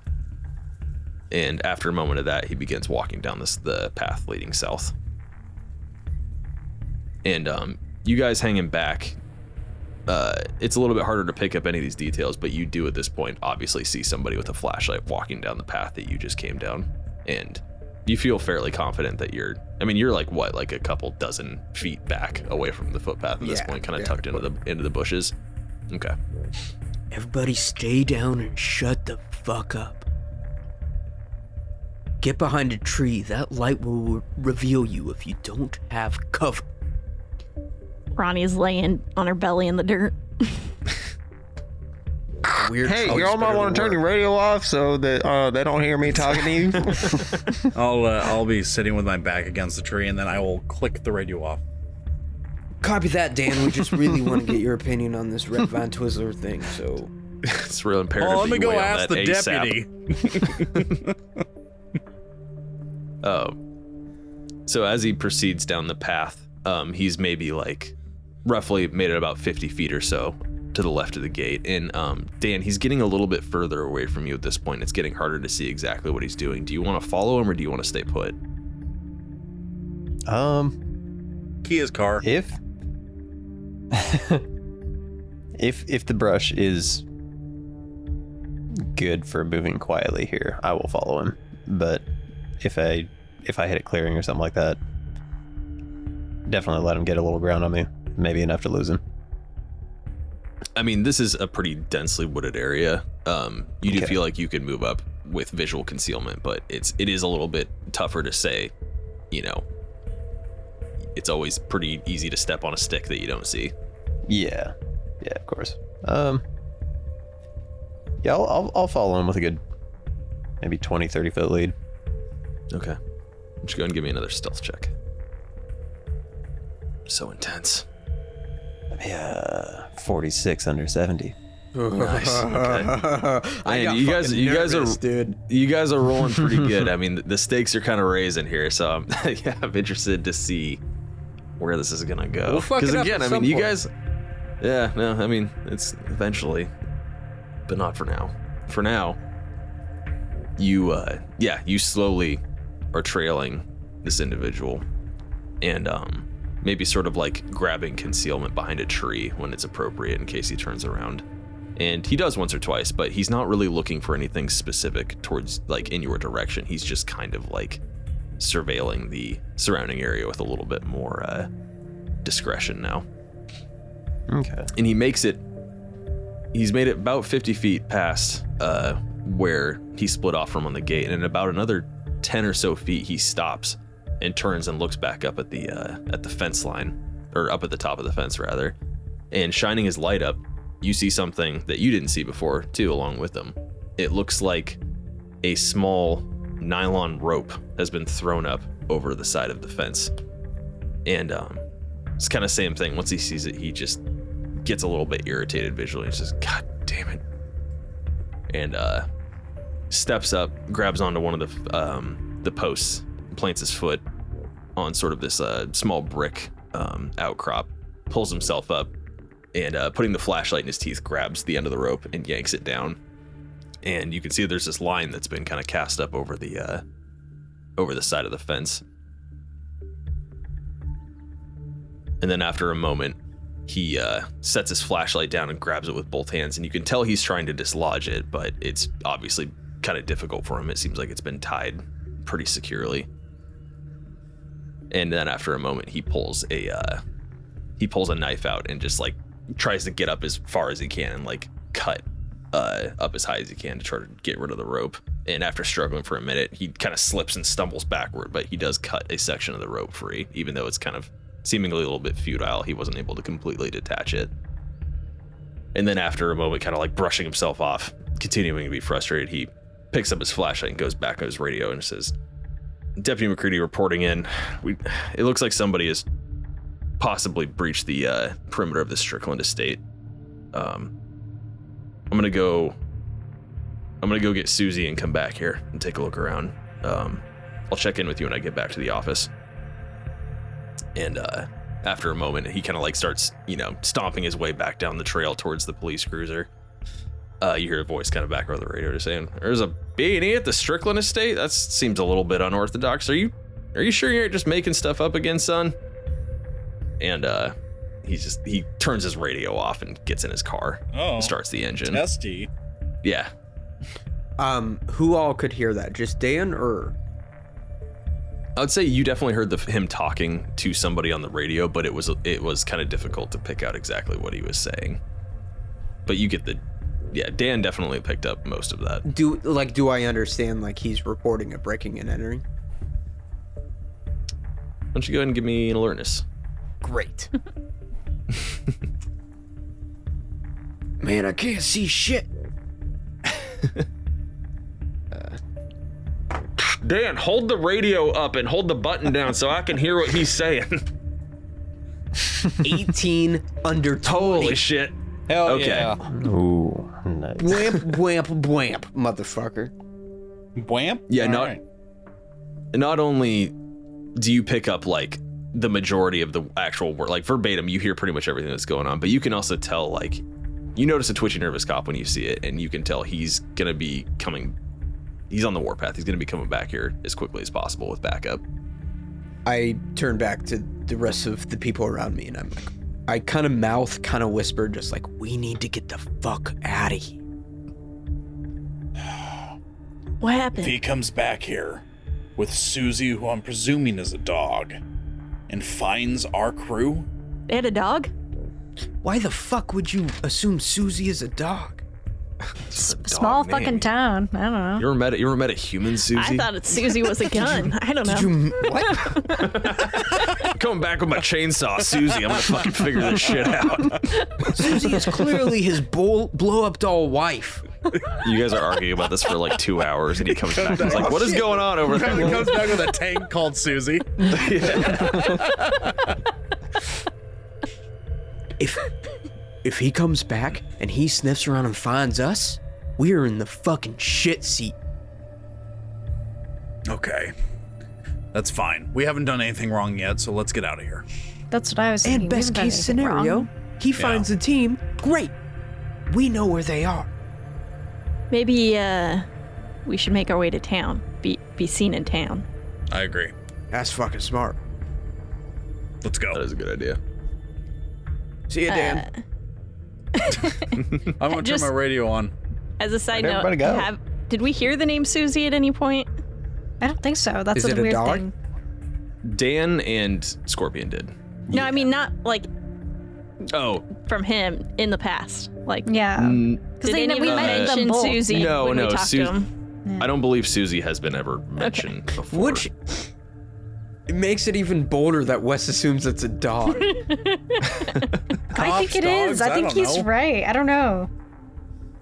S1: And after a moment of that, he begins walking down this the path leading south. And um, you guys hanging back. Uh, it's a little bit harder to pick up any of these details, but you do at this point obviously see somebody with a flashlight walking down the path that you just came down, and you feel fairly confident that you're. I mean, you're like what, like a couple dozen feet back away from the footpath at this
S6: Yeah,
S1: point, kind of
S6: yeah.
S1: tucked into the into the bushes. Okay.
S6: Everybody, stay down and shut the fuck up. Get behind a tree. That light will reveal you if you don't have cover.
S2: Ronnie's laying on her belly in the dirt.
S6: Weird.
S4: Oh, radio off so that uh, they don't hear me talking to you.
S3: I'll uh, I'll be sitting with my back against the tree, and then I will click the radio off.
S6: Copy that, Dan. We just really want to get your opinion on this Red Vine Twizzler thing. So
S1: It's real imperative.
S3: Oh,
S1: that
S3: let me
S1: you
S3: go
S1: weigh on
S3: ask
S1: that
S3: the
S1: ASAP.
S3: deputy.
S1: Um, so as he proceeds down the path, um, he's maybe like roughly made it about 50 feet or so to the left of the gate. And um, Dan, he's getting a little bit further away from you at this point. It's getting harder to see exactly what he's doing. Do you want to follow him or do you want to stay put?
S4: um,
S3: Kia's car.
S4: if if if the brush is good for moving quietly here, I will follow him. But if I if I hit a clearing or something like that, definitely let him get a little ground on me, maybe enough to lose him.
S1: I mean, this is a pretty densely wooded area. Um, you do
S4: Okay.
S1: feel like you could move up with visual concealment, but it's it is a little bit tougher to say. You know, it's always pretty easy to step on a stick that you don't see.
S4: Yeah, yeah, of course. Um, yeah, I'll, I'll, I'll follow him with a good, maybe 20, 30 foot lead.
S1: Okay, just go and give me another stealth check. So intense.
S4: Yeah, 46 under 70.
S1: Nice.
S6: I
S1: Man,
S6: got
S1: you guys-
S6: fucking
S1: you guys are-
S6: nervous, dude.
S1: You guys are rolling pretty good. I mean, the stakes are kind of raising here, so I'm, yeah, I'm interested to see where this is gonna go.
S6: We'll fuck it up
S1: again, I mean,
S6: at some
S1: you
S6: point.
S1: guys, yeah, no, I mean, it's eventually, but not for now. For now, you, uh, yeah, you slowly are trailing this individual, and um, maybe sort of like grabbing concealment behind a tree when it's appropriate in case he turns around and he does once or twice but he's not really looking for anything specific towards like in your direction he's just kind of like surveilling the surrounding area with a little bit more uh, discretion now
S4: Okay.
S1: and he makes it he's made it about 50 feet past uh, where he split off from on the gate and in about another 10 or so feet he stops and turns and looks back up at the uh, at the fence line or up at the top of the fence rather and shining his light up you see something that you didn't see before too along with him it looks like a small nylon rope has been thrown up over the side of the fence and um, it's kind of same thing once he sees it he just gets a little bit irritated visually. He's just, God damn it. And uh, steps up, grabs onto one of the um, the posts, plants his foot on sort of this uh, small brick um, outcrop, pulls himself up, and uh, putting the flashlight in his teeth, grabs the end of the rope and yanks it down. And you can see there's this line that's been kind of cast up over the uh, over the side of the fence. And then after a moment, he uh, sets his flashlight down and grabs it with both hands and you can tell he's trying to dislodge it but it's obviously kind of difficult for him it seems like it's been tied pretty securely and then after a moment he pulls a uh, he pulls a knife out and just like tries to get up as far as he can and like cut uh, up as high as he can to try to get rid of the rope and after struggling for a minute he kind of slips and stumbles backward but he does cut a section of the rope free even though it's kind of seemingly a little bit futile. He wasn't able to completely detach it. And then, after a moment, kind of like brushing himself off, continuing to be frustrated, he picks up his flashlight and goes back on his radio and says, Deputy McCready reporting in. We, it looks like somebody has possibly breached the uh, perimeter of the Strickland estate. Um, I'm gonna go. I'm gonna go get Susie and come back here and take a look around. Um, I'll check in with you when I get back to the office and uh, after a moment he kind of like starts you know stomping his way back down the trail towards the police cruiser uh, you hear a voice kind of back over the radio just saying there's a b&e at the strickland estate that seems a little bit unorthodox are you are you sure you aren't just making stuff up again son and uh he just he turns his radio off and gets in his car
S3: Oh,
S1: and starts the engine
S3: testy.
S1: yeah
S6: Um, who all could hear that? Just Dan or
S1: I would say you definitely heard the, him talking to somebody on the radio, but it was it was kind of difficult to pick out exactly what he was saying. But you get the, yeah, Dan definitely picked up most of that.
S6: do like do I understand like he's reporting a breaking and entering?
S1: Why don't you go ahead and give me an alertness?
S6: Great. Man, I can't see shit.
S1: Dan, hold the radio up and hold the button down so I can hear what he's saying.
S6: 18 under 20.
S1: shit!
S4: Hell
S1: Okay. yeah.
S4: Ooh, nice.
S6: Bwamp, bwamp, bwamp, motherfucker.
S3: Bwamp?
S1: Yeah,
S3: All
S1: not-
S3: right.
S1: Not only do you pick up like the majority of the actual word, like verbatim, you hear pretty much everything that's going on, but you can also tell like you notice a twitchy nervous cop when you see it and you can tell he's gonna be coming he's on the warpath he's gonna be coming back here as quickly as possible with backup
S6: I turn back to the rest of the people around me and I'm like, I kind of mouth, kind of whisper, just like, we need to get the fuck out of here.
S2: What
S3: If
S2: happened?
S3: he comes back here with Susie, who I'm presuming is a dog, and finds our crew?
S2: They had a dog?
S6: Why the fuck would you assume Susie is a dog?
S1: It's a dog
S7: Small
S1: name.
S7: fucking town. I don't know.
S1: You ever met a, you ever met a human, Susie?
S2: I thought it Susie was a gun. I don't know.
S6: Did you what?
S1: Coming back with my chainsaw, Susie. I'm gonna fucking figure this shit out.
S6: Susie is clearly his bull, blow up doll wife.
S1: You guys are arguing about this for like two hours, and he comes back Oh, and he's like, "What is going on over
S3: It
S1: there?"
S3: comes back with a tank called Susie.
S6: If if he comes back and he sniffs around and finds us, we are in the fucking shit seat.
S3: Okay. That's fine. We haven't done anything wrong yet, so let's get out of here.
S7: That's what I was
S6: And
S7: thinking. We
S6: best
S7: haven't done
S6: case
S7: anything wrong.
S6: scenario, he finds the team. Great. We know where they are.
S2: Maybe uh, we should make our way to town. Be be seen in town.
S3: I agree.
S6: That's fucking smart.
S3: Let's
S1: That
S3: go.
S1: is a good idea.
S6: See you, Dan.
S2: Uh,
S3: I'm gonna
S2: Just-
S3: turn my radio on.
S2: As a side
S4: Where'd
S2: note,
S4: everybody go?
S2: have did we hear the name Susie at any point?
S7: I don't think so.
S6: Is
S7: That's a
S6: it a
S7: weird
S6: dog?
S7: thing.
S1: Dan and Scorpion did.
S2: No, I mean not like
S1: Oh
S2: from him in the past. Like
S6: Hmm.
S7: Yeah. Because
S2: did
S7: we
S2: any of them
S7: met them
S2: mention
S7: both.
S2: Susie
S1: no,
S2: when
S1: no,
S2: we talked
S1: Su-
S2: to him?
S1: I don't believe Susie has been ever mentioned before.
S6: Which it makes it even bolder that Wes assumes it's a dog.
S7: I think
S3: Cops,
S7: it is.
S3: dogs,
S7: I
S3: I
S7: think
S3: don't
S7: he's
S3: know.
S7: right. I don't know.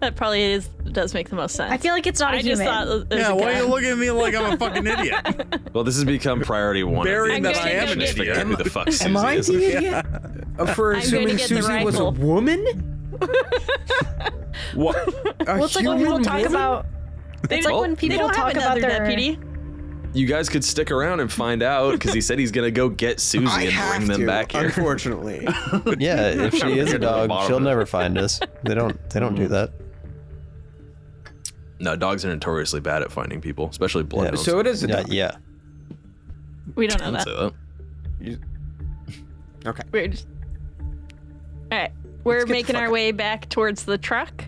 S2: That probably is does make the most sense.
S7: I feel like it's not a
S2: I just
S7: human.
S2: thought it was
S3: Yeah,
S2: a
S3: why are
S2: gun.
S3: you looking at me like I'm a fucking idiot?
S1: Well, this has become priority one.
S3: Burying
S1: of the
S2: that I am an
S1: investigations.
S3: idiot.
S1: Figure out Who the fuck Susie
S6: Am I
S1: is.
S6: the idiot? Uh, For
S2: I'm going to
S6: assuming
S2: get the
S6: Susie was a
S2: rifle.
S6: woman?
S1: What?
S6: A
S7: Well, it's like when people
S6: human
S7: talk
S6: woman?
S7: about.
S2: They
S7: It's like
S2: don't-
S7: when
S2: they
S7: people
S2: don't
S7: talk
S2: have
S7: about
S2: another
S7: their
S2: deputy.
S1: You guys could stick around and find out because he said he's gonna go get Susie
S6: I
S1: and
S6: have
S1: bring them
S6: to,
S1: back here.
S6: unfortunately.
S4: Yeah, if she is a dog, she'll never find us. They don't. They don't do that.
S1: No, dogs are notoriously bad at finding people, especially
S4: Yeah.
S1: blood. Yeah,
S6: so it is a
S4: Yeah,
S6: dog.
S4: yeah.
S2: We don't know that.
S6: Okay.
S2: We're just... All right, we're
S6: get the
S2: making
S6: fuck
S2: our
S6: out.
S2: way back towards the truck.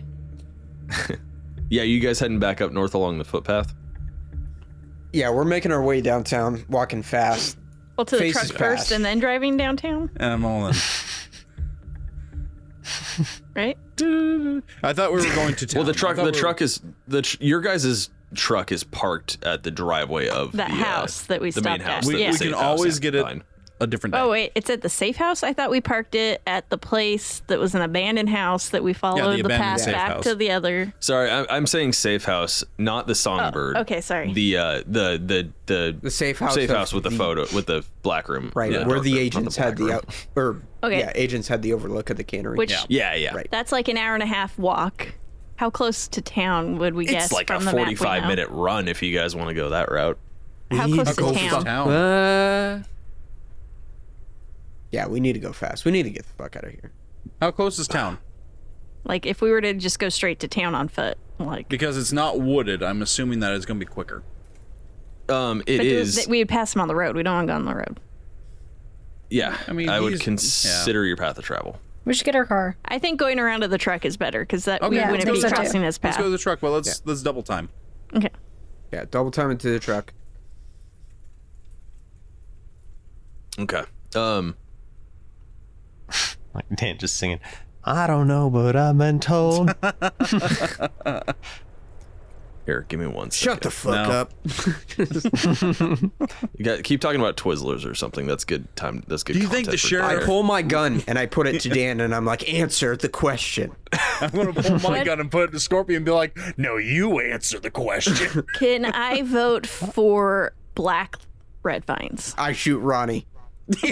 S1: yeah, you guys heading back up north along the footpath.
S6: Yeah, we're making our way downtown, walking fast.
S2: Well, to the
S6: Faces
S2: truck first,
S6: past.
S2: and then driving downtown,
S3: And I'm all in.
S2: right?
S3: I thought we were going to town.
S1: Well, the
S3: I
S1: truck,
S3: thought
S1: the
S3: we
S1: truck is the tr- your guys's truck is parked at the driveway of
S2: That
S1: the, uh,
S2: house that we
S1: the main
S2: stopped
S1: house.
S2: at.
S1: that
S3: We,
S1: the
S2: Yeah.
S3: we
S1: safe
S3: can
S1: house
S3: always
S1: at.
S3: get it
S1: Fine.
S3: a different day.
S2: Oh wait, it's at the safe house. I thought we parked it at the place that was an abandoned house that we followed the,
S3: abandoned
S2: path
S3: safe
S2: back
S3: house.
S2: to the other.
S1: Sorry, I'm, I'm saying safe house, not the songbird.
S2: Oh, okay, sorry.
S1: The uh, the the the
S6: The safe house.
S1: safe
S6: of
S1: house with the, photo with the black room.
S6: Right,
S1: Yeah,
S6: where
S1: dark
S6: the
S1: room, not
S6: agents
S1: black
S6: had the
S1: room.
S6: out, or
S2: Okay.
S6: yeah, agents had the overlook of the cannery.
S2: Which-
S6: yeah.
S1: Yeah, yeah.
S6: Right.
S2: That's like an hour and a half walk. How close to town would we
S1: It's
S2: guess
S1: like a
S2: from the map we
S1: 45
S2: know?
S1: minute run if you guys want to go that route.
S2: How
S6: We need
S2: close
S6: to
S2: to
S6: go
S2: town?
S3: town.
S6: yeah, we need to go fast. We need to get the fuck out of here.
S3: How close is town?
S2: Like if we were to just go straight to town on foot, like
S3: Because it's not wooded, I'm assuming that it's going to be quicker.
S1: Um, it
S2: but do-
S1: is.
S2: th- we would pass them on the road. We don't want to go on the road.
S1: yeah, I
S3: I mean,
S1: mean, I would
S3: he's- yeah.
S1: consider your path of travel.
S7: We should get our car.
S2: I think going around to the truck is better because that we
S3: Okay, let's
S2: wouldn't
S7: go
S2: be
S7: to the truck.
S2: crossing his
S3: Let's
S2: path.
S3: go to the truck. Well, let's let's double time.
S2: okay.
S6: Yeah, double time into the truck.
S1: Okay. Um,
S4: Like Dan just singing. I don't know, but I've been told.
S1: here, give me one second.
S6: Shut the fuck
S3: No.
S6: up.
S1: You got, keep talking about Twizzlers or something. That's good time. That's good.
S3: Do you think
S1: content
S3: the
S1: for
S6: I
S3: sheriff-
S1: Twitter.
S6: pull my gun and I put it to Dan, and I'm like, answer the question.
S3: I'm going to pull my gun and put it to Scorpion and be like, "No, you answer the question."
S2: Can I vote for black red vines?
S6: I shoot Ronnie.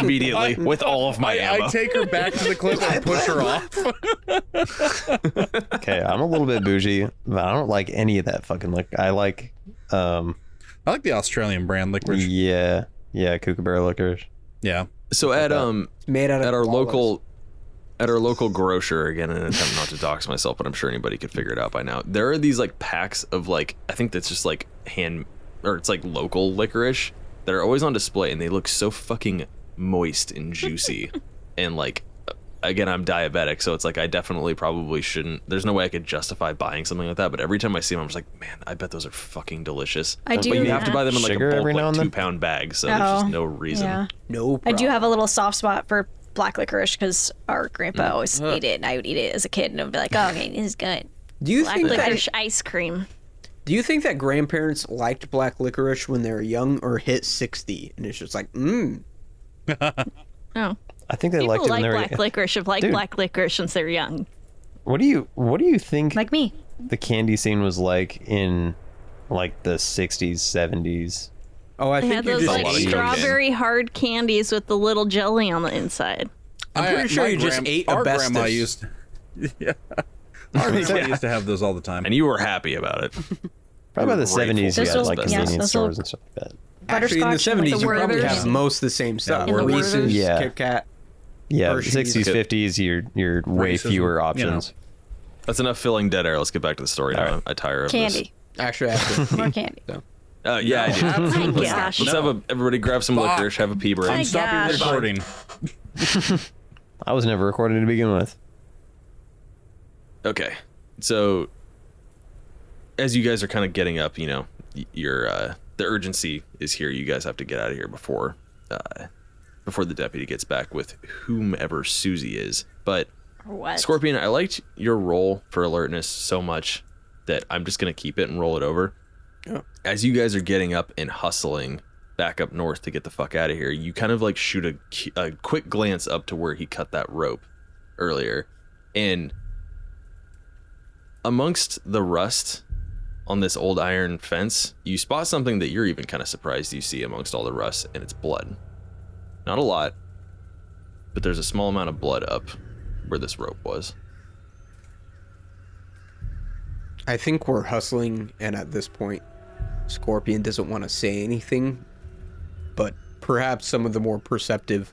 S1: immediately with all of my
S3: I,
S1: ammo?
S3: I take her back to the cliff and push her off.
S4: okay, I'm a little bit bougie, but I don't like any of that fucking. Like I like, um,
S3: I like the Australian brand licorice.
S4: Mm. yeah, yeah, kookaburra licorice.
S3: Yeah.
S1: so at um
S6: It's made out of
S1: at our
S6: koalas.
S1: local at our local grocer again, in an attempt not to dox myself, but I'm sure anybody could figure it out by now. There are these like packs of like I think that's just like hand or it's like local licorice that are always on display, and they look so fucking moist and juicy and like again, I'm diabetic, so it's like I definitely probably shouldn't. There's no way I could justify buying something like that. But every time I see them, I'm just like, man, I bet those are fucking delicious.
S5: I do.
S1: But you have to buy them in like
S4: Sugar
S1: a bulk,
S4: every now
S1: like
S4: and then?
S1: two pound bag, so there's just
S7: Oh,
S1: no reason.
S7: Yeah.
S6: No
S5: I
S6: problem.
S5: do have a little soft spot for black licorice because our grandpa always ate it, and I would eat it as a kid, and I'd be like, "Oh, okay, this is good."
S6: Do you
S2: Black
S6: think that,
S2: licorice ice cream.
S6: Do you think that grandparents liked black licorice when they were young, or hit sixty, and it's just like, mmm,
S2: No.
S4: I think they liked
S2: People
S4: it
S2: like
S4: when they were.
S2: black licorice have liked
S4: Dude.
S2: black licorice since they're young.
S4: What do you What do you think
S7: Like me.
S4: the candy scene was like in like the '60s, '70s?
S6: oh, I
S2: They
S6: think
S2: had
S6: you
S2: those
S6: just
S1: a
S2: like
S1: lot of
S6: ate-
S1: cocaine.
S2: strawberry hard candies with the little jelly on the inside.
S6: I'm pretty sure you just ate
S3: Our
S6: asbestos.
S3: grandma used. yeah. Our grandma used to have those all the time.
S1: And you were happy about it.
S4: Probably by the
S1: Grateful
S4: '70s, you
S1: for
S4: had like
S1: asbestos.
S7: Yeah,
S4: convenience
S7: those little-
S4: stores and stuff like that.
S6: Actually, in the
S7: Butterscotch and, like,
S6: seventies,
S7: the
S6: you probably
S7: Werther's.
S6: have most of the same stuff.
S3: Yeah, Werther's.
S6: Reese's,
S4: Yeah.
S6: Kit Kat.
S4: Yeah,
S6: Hershey's.
S4: '60s,
S1: Okay.
S4: '50s, you're you're way
S3: Racism,
S4: fewer
S3: you
S4: options.
S1: That's enough filling dead air. Let's get back to the story. now. I tire of
S5: Candy,
S6: Actually, actually.
S7: More candy.
S1: this. Uh, yeah, I do.
S2: Oh My gosh.
S1: Let's have a, everybody grab some
S3: Fuck.
S1: licorice, have a pee break.
S3: I'm stopping
S2: gosh.
S3: recording.
S4: I was never recorded to begin with.
S1: Okay. So as you guys are kind of getting up, you know, y- your uh the urgency is here. You guys have to get out of here before uh before the deputy gets back with whomever Susie is. But
S2: Or what?
S1: Scorpion, I liked your roll for alertness so much that I'm just gonna keep it and roll it over. As you guys are getting up and hustling back up north to get the fuck out of here, you kind of like shoot a, ki- a quick glance up to where he cut that rope earlier, and amongst the rust on this old iron fence, you spot something that you're even kind of surprised you see amongst all the rust, and it's blood. Not a lot, but there's a small amount of blood up where this rope was.
S6: I think we're hustling, and at this point, Scorpion doesn't want to say anything, but perhaps some of the more perceptive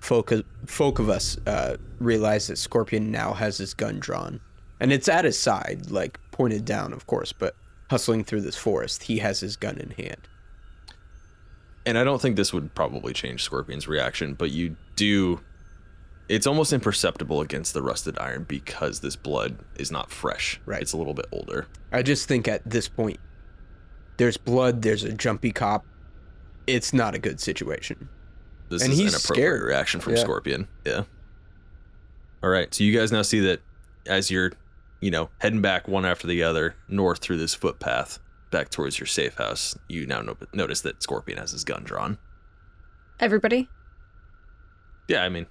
S6: folk folk of us uh, realize that Scorpion now has his gun drawn, and it's at his side, like pointed down, of course, but hustling through this forest, he has his gun in hand.
S1: and I don't think this would probably change Scorpion's reaction, but you do. It's almost imperceptible against the rusted iron because this blood is not fresh.
S6: Right.
S1: It's a little bit older.
S6: I just think at this point, there's blood, there's a jumpy cop. It's not a good situation.
S1: This
S6: And
S1: is
S6: he's
S1: an appropriate
S6: scared.
S1: reaction from
S6: Yeah.
S1: Scorpion. Yeah. All right. So you guys now see that as you're, you know, heading back one after the other north through this footpath back towards your safe house, you now no- notice that Scorpion has his gun drawn.
S5: everybody.
S1: Yeah. I mean,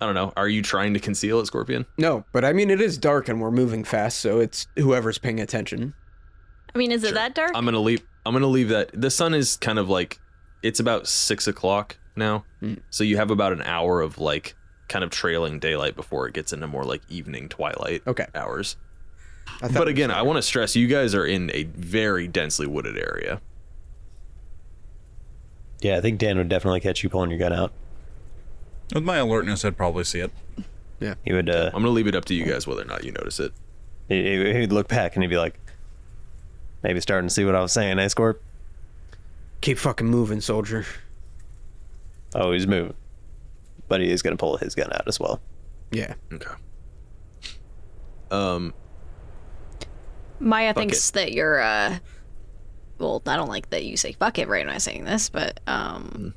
S1: I don't know. Are you trying to conceal it, Scorpion?
S6: No, but I mean, it is dark and we're moving fast, so it's whoever's paying attention.
S2: I mean, is it
S1: Sure.
S2: that dark?
S1: I'm gonna leave. I'm gonna leave that. The sun is kind of like it's about six o'clock now,
S6: Mm.
S1: so you have about an hour of like kind of trailing daylight before it gets into more like evening twilight
S6: Okay.
S1: hours.
S6: I thought-
S1: But again, I want to stress you guys are in a very densely wooded area.
S4: Yeah, I think Dan would definitely catch you pulling your gun out.
S3: With my alertness, I'd probably see it.
S4: He would. Uh,
S1: I'm gonna leave it up to you guys whether or not you notice it.
S4: he- he, he'd look back and he'd be like, "Maybe starting to see what I was saying, eh, Scorp?"
S6: keep fucking moving, soldier.
S4: Oh, he's moving, but he is gonna pull his gun out as well.
S6: Yeah.
S1: Okay. Um.
S5: Maya
S1: Fuck
S5: thinks that you're. uh Well, I don't like that you say "fuck it" right when I'm saying this, but um.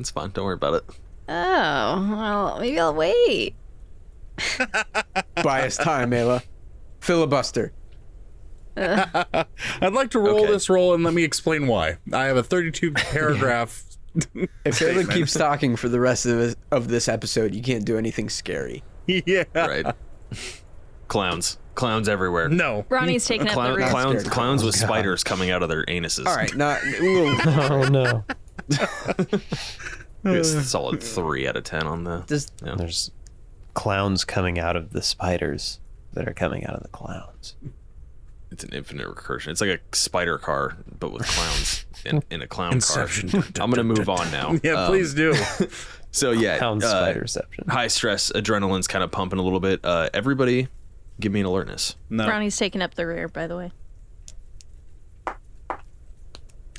S1: It's fine. Don't worry about it.
S5: Oh well, maybe I'll wait.
S6: Bias time, Ayla. Filibuster.
S3: I'd like to roll
S1: Okay.
S3: this roll and let me explain why. I have a 32 paragraph.
S6: If Ayla keeps talking for the rest of this, of this episode, you can't do anything scary.
S3: yeah.
S1: Right. clowns. Clowns everywhere.
S3: No.
S2: Ronnie's taking up the
S1: Clown,
S2: roof.
S1: clowns,
S6: scared.
S1: clowns with spiders coming out of their anuses.
S6: All right, not. ooh.
S4: Oh no!
S1: It's a solid three out of ten on the.
S6: Does
S1: yeah.
S4: There's clowns coming out of the spiders that are coming out of the clowns.
S1: It's an infinite recursion. It's like a spider car, but with clowns in, in a clown
S3: Inception.
S1: car. I'm gonna move on now.
S3: Yeah,
S1: Um,
S3: please do.
S1: So yeah,
S4: Clown
S1: uh,
S4: spiderception.
S1: High stress, adrenaline's kind of pumping a little bit. Uh, everybody, give me an alertness.
S3: No.
S2: Ronnie's taking up the rear, by the way.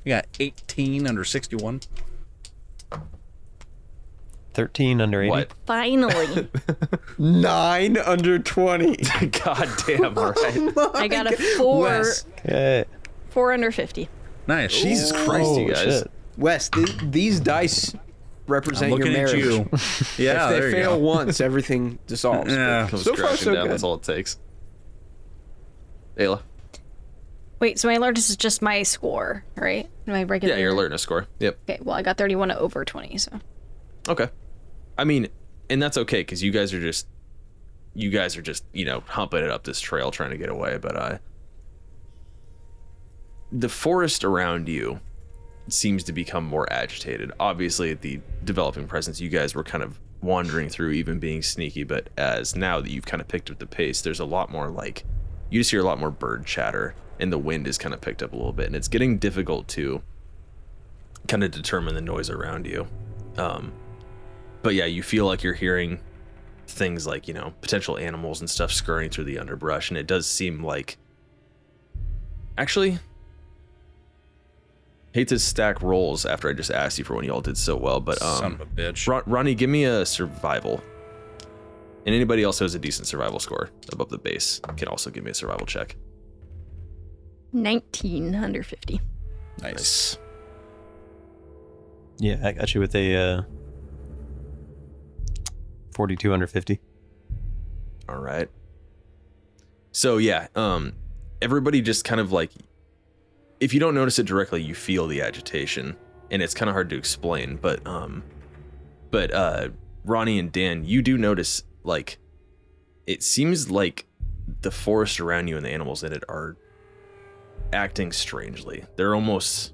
S3: You got 18 under 61.
S4: 13 under 80.
S1: What?
S2: Finally,
S6: Nine under 20.
S1: God damn, all right.
S2: I got a four,
S6: Wes,
S4: Okay.
S2: four under fifty.
S3: Nice.
S1: Jesus Christ,
S4: Oh,
S1: you guys.
S4: shit.
S6: Wes th- these dice
S3: I'm
S6: represent your
S3: looking at
S6: marriage.
S3: you. Yeah, there
S6: If they
S3: you
S6: fail
S3: go.
S6: once, everything dissolves.
S3: Yeah.
S6: But
S1: Comes
S6: So far,
S1: crashing
S6: so
S1: down.
S6: good.
S1: That's all it takes. Ayla.
S5: Wait, so my alertness is just my score, right? My regular.
S1: Yeah, your alertness score. Yep.
S5: Okay, well, I got 31 over 20, so.
S1: Okay. I mean, and that's okay because you guys are just, you guys are just, you know, humping it up this trail trying to get away. But uh, the forest around you seems to become more agitated. Obviously, at the developing presence, you guys were kind of wandering through, even being sneaky. But as now that you've kind of picked up the pace, there's a lot more like, you just hear a lot more bird chatter, and the wind is kind of picked up a little bit, and it's getting difficult to kind of determine the noise around you. Um, but yeah, you feel like you're hearing things like, you know, potential animals and stuff scurrying through the underbrush, and it does seem like actually hate to stack rolls after I just asked you for when you all did so well, but um
S3: Son of a bitch.
S1: Ron- Ronnie, give me a survival. And anybody else who has a decent survival score above the base can also give me a survival check.
S2: Nineteen under fifty.
S3: Nice.
S4: Yeah, I got you with a uh, 42 under 50.
S1: All right. So yeah, um everybody just kind of like if you don't notice it directly, you feel the agitation and it's kind of hard to explain, but um but uh Ronnie and Dan, you do notice like it seems like the forest around you and the animals in it are acting strangely. They're almost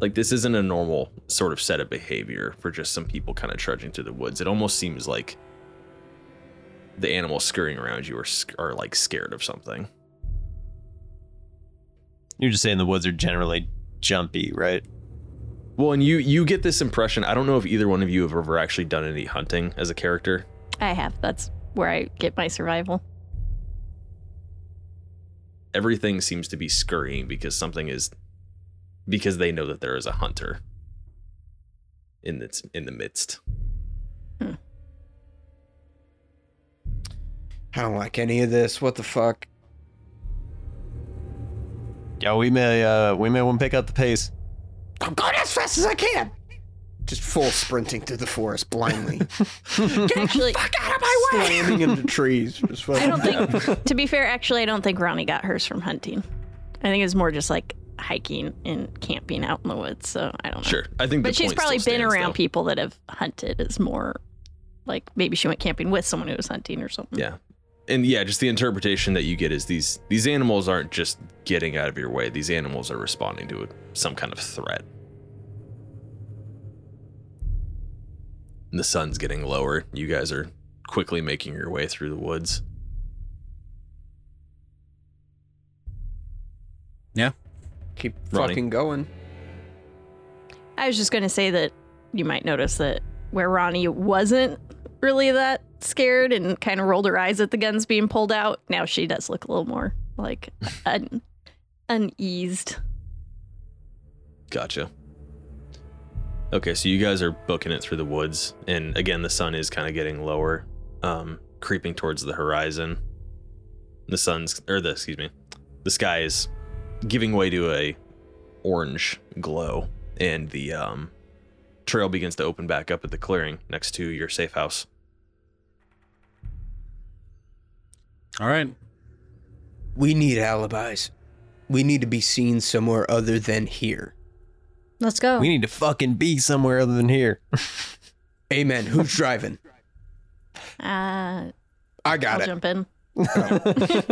S1: like this isn't a normal sort of set of behavior for just some people kind of trudging through the woods. It almost seems like the animals scurrying around you are sc- are like scared of something.
S4: You're just saying the woods are generally jumpy, right?
S1: Well, and you you get this impression. I don't know if either one of you have ever actually done any hunting as a character.
S2: I have. That's where I get my survival.
S1: Everything seems to be scurrying because something is because they know that there is a hunter in its in the midst.
S6: I don't like any of this. What the fuck?
S4: Yeah, we may uh, we may want to pick up the pace.
S6: I'm going as fast as I can. Just full sprinting through the forest blindly,
S2: Actually,
S6: slamming into trees. Just
S2: I don't
S6: fucking-
S2: think. to be fair, actually, I don't think Ronnie got hers from hunting. I think it's more just like hiking and camping out in the woods. So I don't know.
S1: Sure, I think.
S2: But
S1: the
S2: she's
S1: point
S2: probably
S1: still
S2: been
S1: stands,
S2: around
S1: though.
S2: people that have hunted. Is more like maybe she went camping with someone who was hunting or something.
S1: Yeah. And yeah, just the interpretation that you get is these these animals aren't just getting out of your way. These animals are responding to some kind of threat. And the sun's getting lower. You guys are quickly making your way through the woods.
S6: Keep
S1: Ronnie.
S6: fucking going.
S2: I was just going to say that you might notice that where Ronnie wasn't really that scared and kind of rolled her eyes at the guns being pulled out, now she does look a little more like un- uneased.
S1: Gotcha. Okay, so you guys are booking it through the woods, and again, the sun is kind of getting lower, um, creeping towards the horizon. The sun's, or the excuse me, the sky is giving way to a orange glow, and the um, trail begins to open back up at the clearing next to your safe house.
S3: All right.
S6: We need alibis. We need to be seen somewhere other than here.
S7: Let's
S5: Oh.
S7: go.
S4: We need to fucking be somewhere other than here.
S6: Amen. Who's driving?
S2: Uh,
S6: I got
S2: I'll
S6: it.
S2: jump in.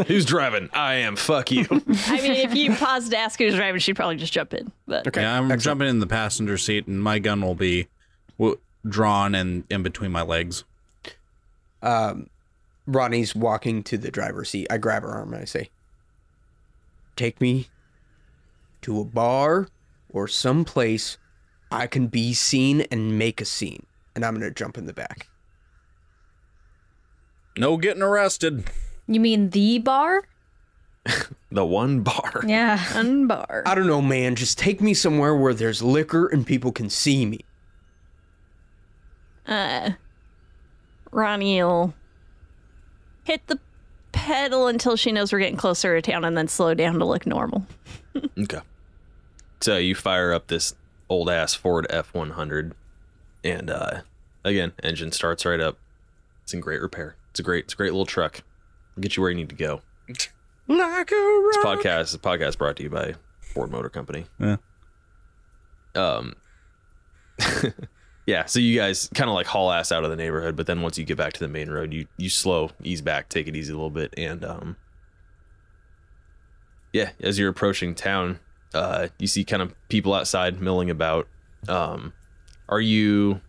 S1: Who's driving? I am. Fuck you.
S2: I mean, if you paused to ask who's driving, she'd probably just jump in. But
S6: Okay.
S3: yeah, I'm
S6: excellent.
S3: jumping in the passenger seat, and my gun will be w- drawn and in between my legs.
S6: Um, Ronnie's walking to the driver's seat. I grab her arm and I say, Take me to a bar or someplace I can be seen and make a scene. And I'm going to jump in the back.
S3: No getting arrested.
S7: you mean the bar?
S1: the one bar.
S7: Yeah.
S2: unbar.
S6: I don't know, man. Just take me somewhere where there's liquor and people can see me.
S2: uh, Ronnie'll hit the pedal until she knows we're getting closer to town, and then slow down to look normal.
S1: Okay. So you fire up this old ass Ford F one hundred, and uh, again, engine starts right up. It's in great repair. It's a great, it's a great little truck. It'll get you where you need to go.
S3: Like a rock.
S1: This podcast, this podcast brought to you by Ford Motor Company.
S3: Yeah.
S1: Um. yeah. So you guys kind of like haul ass out of the neighborhood, but then once you get back to the main road, you you slow, ease back, take it easy a little bit, and um. Yeah, as you're approaching town, uh, you see kind of people outside milling about. Um, are you?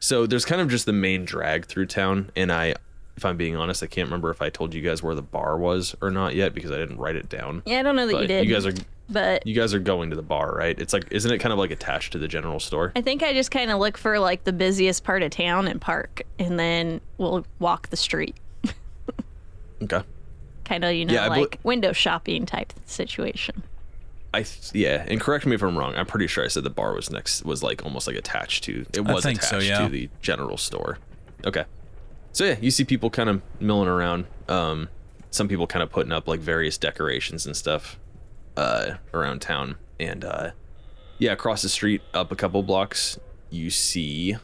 S1: So there's kind of just the main drag through town, and I, if I'm being honest, I can't remember if I told you guys where the bar was or not yet because I didn't write it down.
S2: Yeah, I don't know that you
S1: But
S2: did.
S1: you guys are
S2: but
S1: you guys are going to the bar, right? It's like isn't it kind of like attached to the general store?
S2: I think I just kind of look for like the busiest part of town and park, and then we'll walk the street.
S1: Okay.
S2: Kind of, you know,
S1: Yeah, I bel-
S2: like window shopping type situation.
S1: I th- yeah, and correct me if I'm wrong. I'm pretty sure I said the bar was next was like almost like attached to it
S3: I
S1: was
S3: think
S1: attached
S3: so, yeah.
S1: to the general store. Okay. So yeah, you see people kind of milling around. Um some people kind of putting up like various decorations and stuff uh around town and uh yeah, across the street up a couple blocks, you see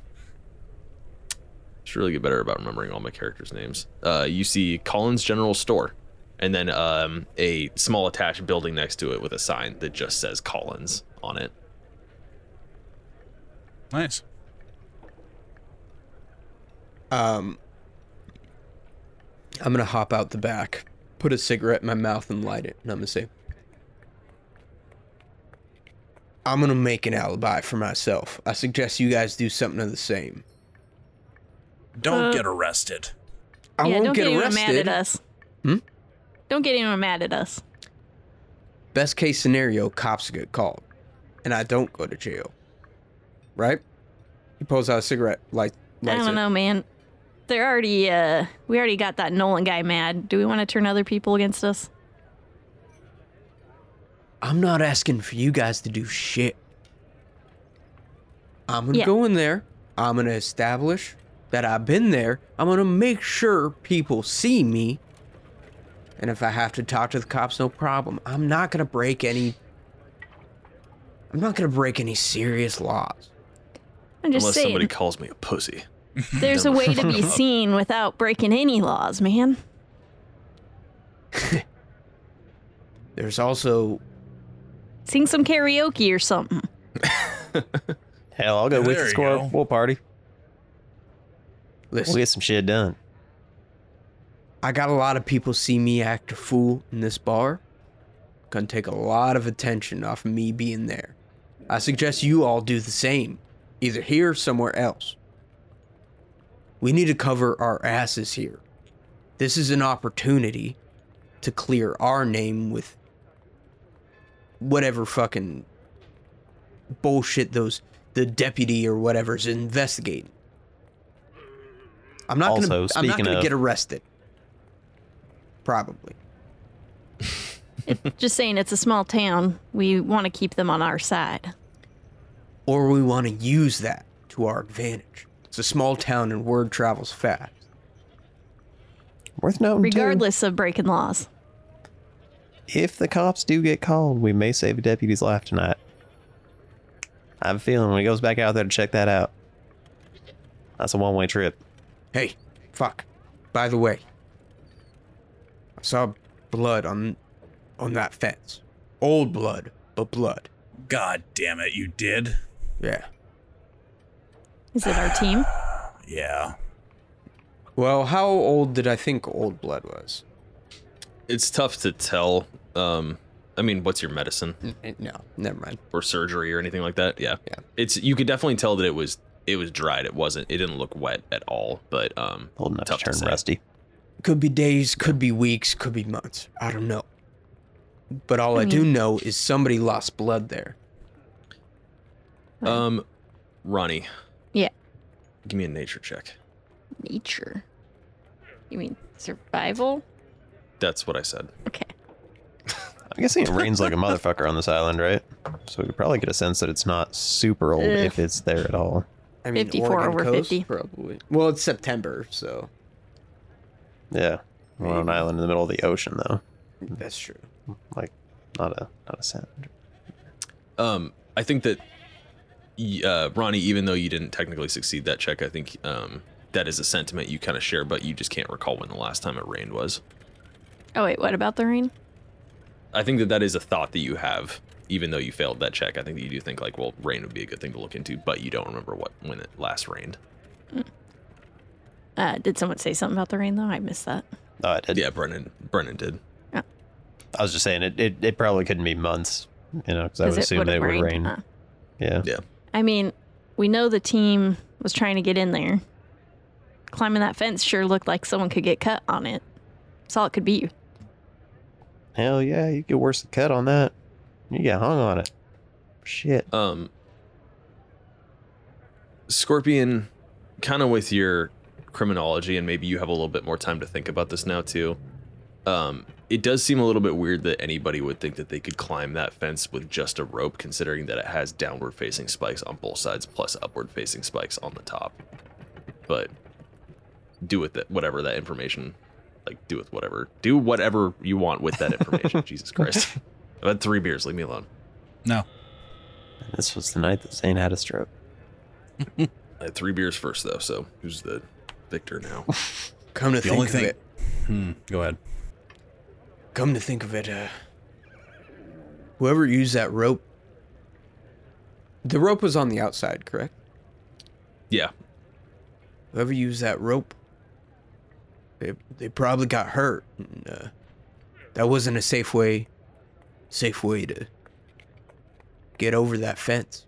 S1: should really get better about remembering all my characters' names. Uh, you see Collins General Store, and then um, a small attached building next to it with a sign that just says Collins on it.
S3: Nice.
S6: Um, I'm gonna hop out the back, put a cigarette in my mouth, and light it, and I'm gonna say, "I'm gonna make an alibi for myself. I suggest you guys do something of the same.
S3: Don't get arrested.
S6: I
S2: yeah,
S6: won't
S2: don't
S6: get,
S2: anyone
S6: arrested.
S2: mad at us.
S6: Hmm?
S2: Don't get anyone mad at us.
S6: Best case scenario, cops get called, and I don't go to jail. Right? He pulls out a cigarette, light,
S2: I
S6: lights
S2: don't
S6: it.
S2: know, man. They're already uh we already got that Nolan guy mad. Do we want to turn other people against us?
S6: I'm not asking for you guys to do shit. I'm gonna
S2: Yeah.
S6: go in there. I'm gonna establish that I've been there. I'm gonna make sure people see me. And if I have to talk to the cops, no problem. I'm not gonna break any. I'm not gonna break any serious laws.
S2: I'm just
S1: Unless
S2: saying
S1: somebody calls me a pussy.
S2: there's a way to be seen without breaking any laws, man.
S6: There's also
S2: Sing some karaoke or something.
S4: Hell, I'll go with
S3: There
S4: the
S3: you
S4: squad.
S3: go.
S4: We'll party.
S6: listen.
S4: We'll get some shit done.
S6: I got a lot of people see me act a fool in this bar. Gonna take a lot of attention off me being there. I suggest you all do the same, either here or somewhere else. We need to cover our asses here. This is an opportunity to clear our name with whatever fucking bullshit those the deputy or whatever's investigating. I'm not gonna
S4: Also,
S6: I'm not
S4: speaking
S6: gonna
S4: of-
S6: get arrested. Probably.
S2: just saying it's a small town. We want to keep them on our side.
S6: or we want to use that to our advantage. It's a small town and word travels fast.
S4: Worth noting, too,
S2: Regardless of breaking laws.
S4: if the cops do get called, we may save a deputy's life tonight. I have a feeling when he goes back out there to check that out, that's a one-way trip.
S6: Hey, fuck. By the way, I saw blood on on that fence. Old blood, but blood.
S3: God damn it, you did.
S6: Yeah.
S2: Is it our team?
S3: Yeah.
S6: Well, how old did I think old blood was?
S1: It's tough to tell. Um, I mean, what's your medicine
S6: No, never mind.
S1: or surgery or anything like that? Yeah.
S6: Yeah.
S1: It's you could definitely tell that it was it was dried. It wasn't. It didn't look wet at all. But um,
S4: Old enough
S1: Tough to
S4: to turn
S1: say.
S4: rusty.
S6: Could be days, could be weeks, could be months. I don't know. But all I do know is somebody lost blood there.
S1: um, Ronnie.
S2: Yeah.
S1: Give me a nature check.
S2: Nature. You mean survival?
S1: That's what I said.
S2: Okay.
S4: I'm guessing it rains like a motherfucker on this island, right? So we could probably get a sense that it's not super old if it's there at all.
S6: I mean,
S2: 54
S6: Oregon
S2: over
S6: coast,
S2: 50.
S6: probably. Well, it's September, so
S4: Yeah. We're on an island in the middle of the ocean, though.
S6: that's true.
S4: Like, not a not a sound.
S1: Um, I think that y- uh, Ronnie, even though you didn't technically succeed that check, I think um, that is a sentiment you kind of share, but you just can't recall when the last time it rained was.
S2: Oh wait, what about the rain?
S1: I think that that is a thought that you have, even though you failed that check. I think that you do think like, well, rain would be a good thing to look into, but you don't remember what when it last rained.
S2: Uh, did someone say something about the rain though? I missed that.
S4: Oh, I did.
S1: Yeah, Brennan, Brennan did.
S4: I was just saying it, it. It probably couldn't be months, you know, because I
S2: 'Cause
S4: would assume
S2: would've
S4: they would
S2: rained,
S4: rain.
S2: huh?
S4: Yeah.
S2: I mean, we know the team was trying to get in there. Climbing that fence sure looked like someone could get cut on it. That's all it could be.
S4: Hell yeah, you get worse than cut on that. You get hung on it. Shit.
S1: Um, Scorpion, kind of with your criminology, and maybe you have a little bit more time to think about this now too. Um, it does seem a little bit weird that anybody would think that they could climb that fence with just a rope, considering that it has downward facing spikes on both sides plus upward facing spikes on the top. But do with it whatever that information, like do with whatever, do whatever you want with that information. Jesus Christ, I've had three beers. Leave me alone.
S4: This was the night that Zane had a stroke.
S1: I had three beers first though, so who's the victor now?
S6: Come to
S3: The
S6: think
S3: only
S6: of
S3: thing-
S6: it,
S3: Hmm. Go ahead.
S6: come to think of it, uh, whoever used that rope, the rope was on the outside, correct?
S1: yeah.
S6: Whoever used that rope, they they probably got hurt. And, uh, that wasn't a safe way, safe way to get over that fence.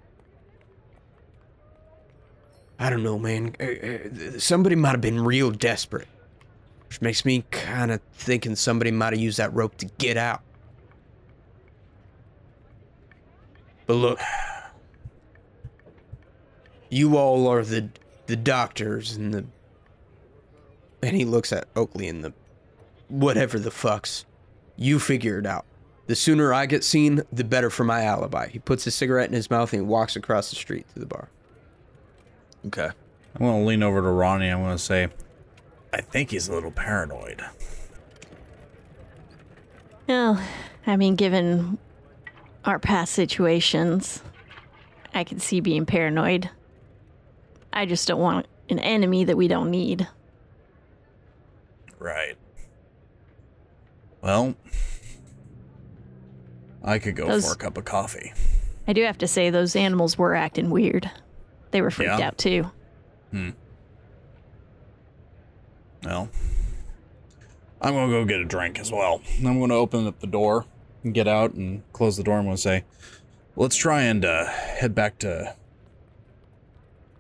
S6: I don't know, man. Uh, uh, Somebody might have been real desperate, which makes me kind of thinking somebody might have used that rope to get out. But look, you all are the the doctors and the and he looks at Oakley and the whatever the fucks. You figure it out. The sooner I get seen, the better for my alibi. He puts his cigarette in his mouth and he walks across the street to the bar.
S1: Okay.
S3: I'm gonna lean over to Ronnie. I'm gonna say, I think he's a little paranoid.
S2: Well, I mean, given our past situations, I can see being paranoid. I just don't want an enemy that we don't need.
S3: Right. Well, I could go
S2: Those-
S3: for a cup of coffee.
S2: I do have to say, those animals were acting weird. They were freaked
S3: Yeah.
S2: out too.
S3: Well, I'm gonna go get a drink as well. I'm gonna open up the door and get out and close the door. I'm gonna say, let's try and uh, head back to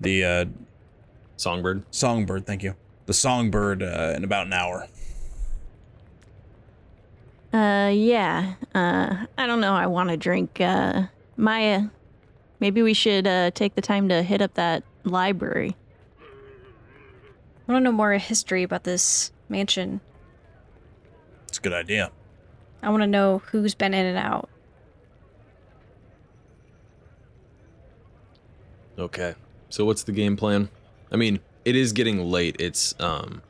S3: the uh,
S1: Songbird.
S3: Songbird. Thank you. The Songbird uh, in about an hour.
S2: Uh, yeah. Uh, I don't know. I want to drink. Uh, Maya, maybe we should uh, take the time to hit up that library.
S7: I want to know more history about this mansion.
S3: It's a good idea.
S7: I want to know who's been in and out.
S1: Okay. So what's the game plan? I mean, it is getting late. It's um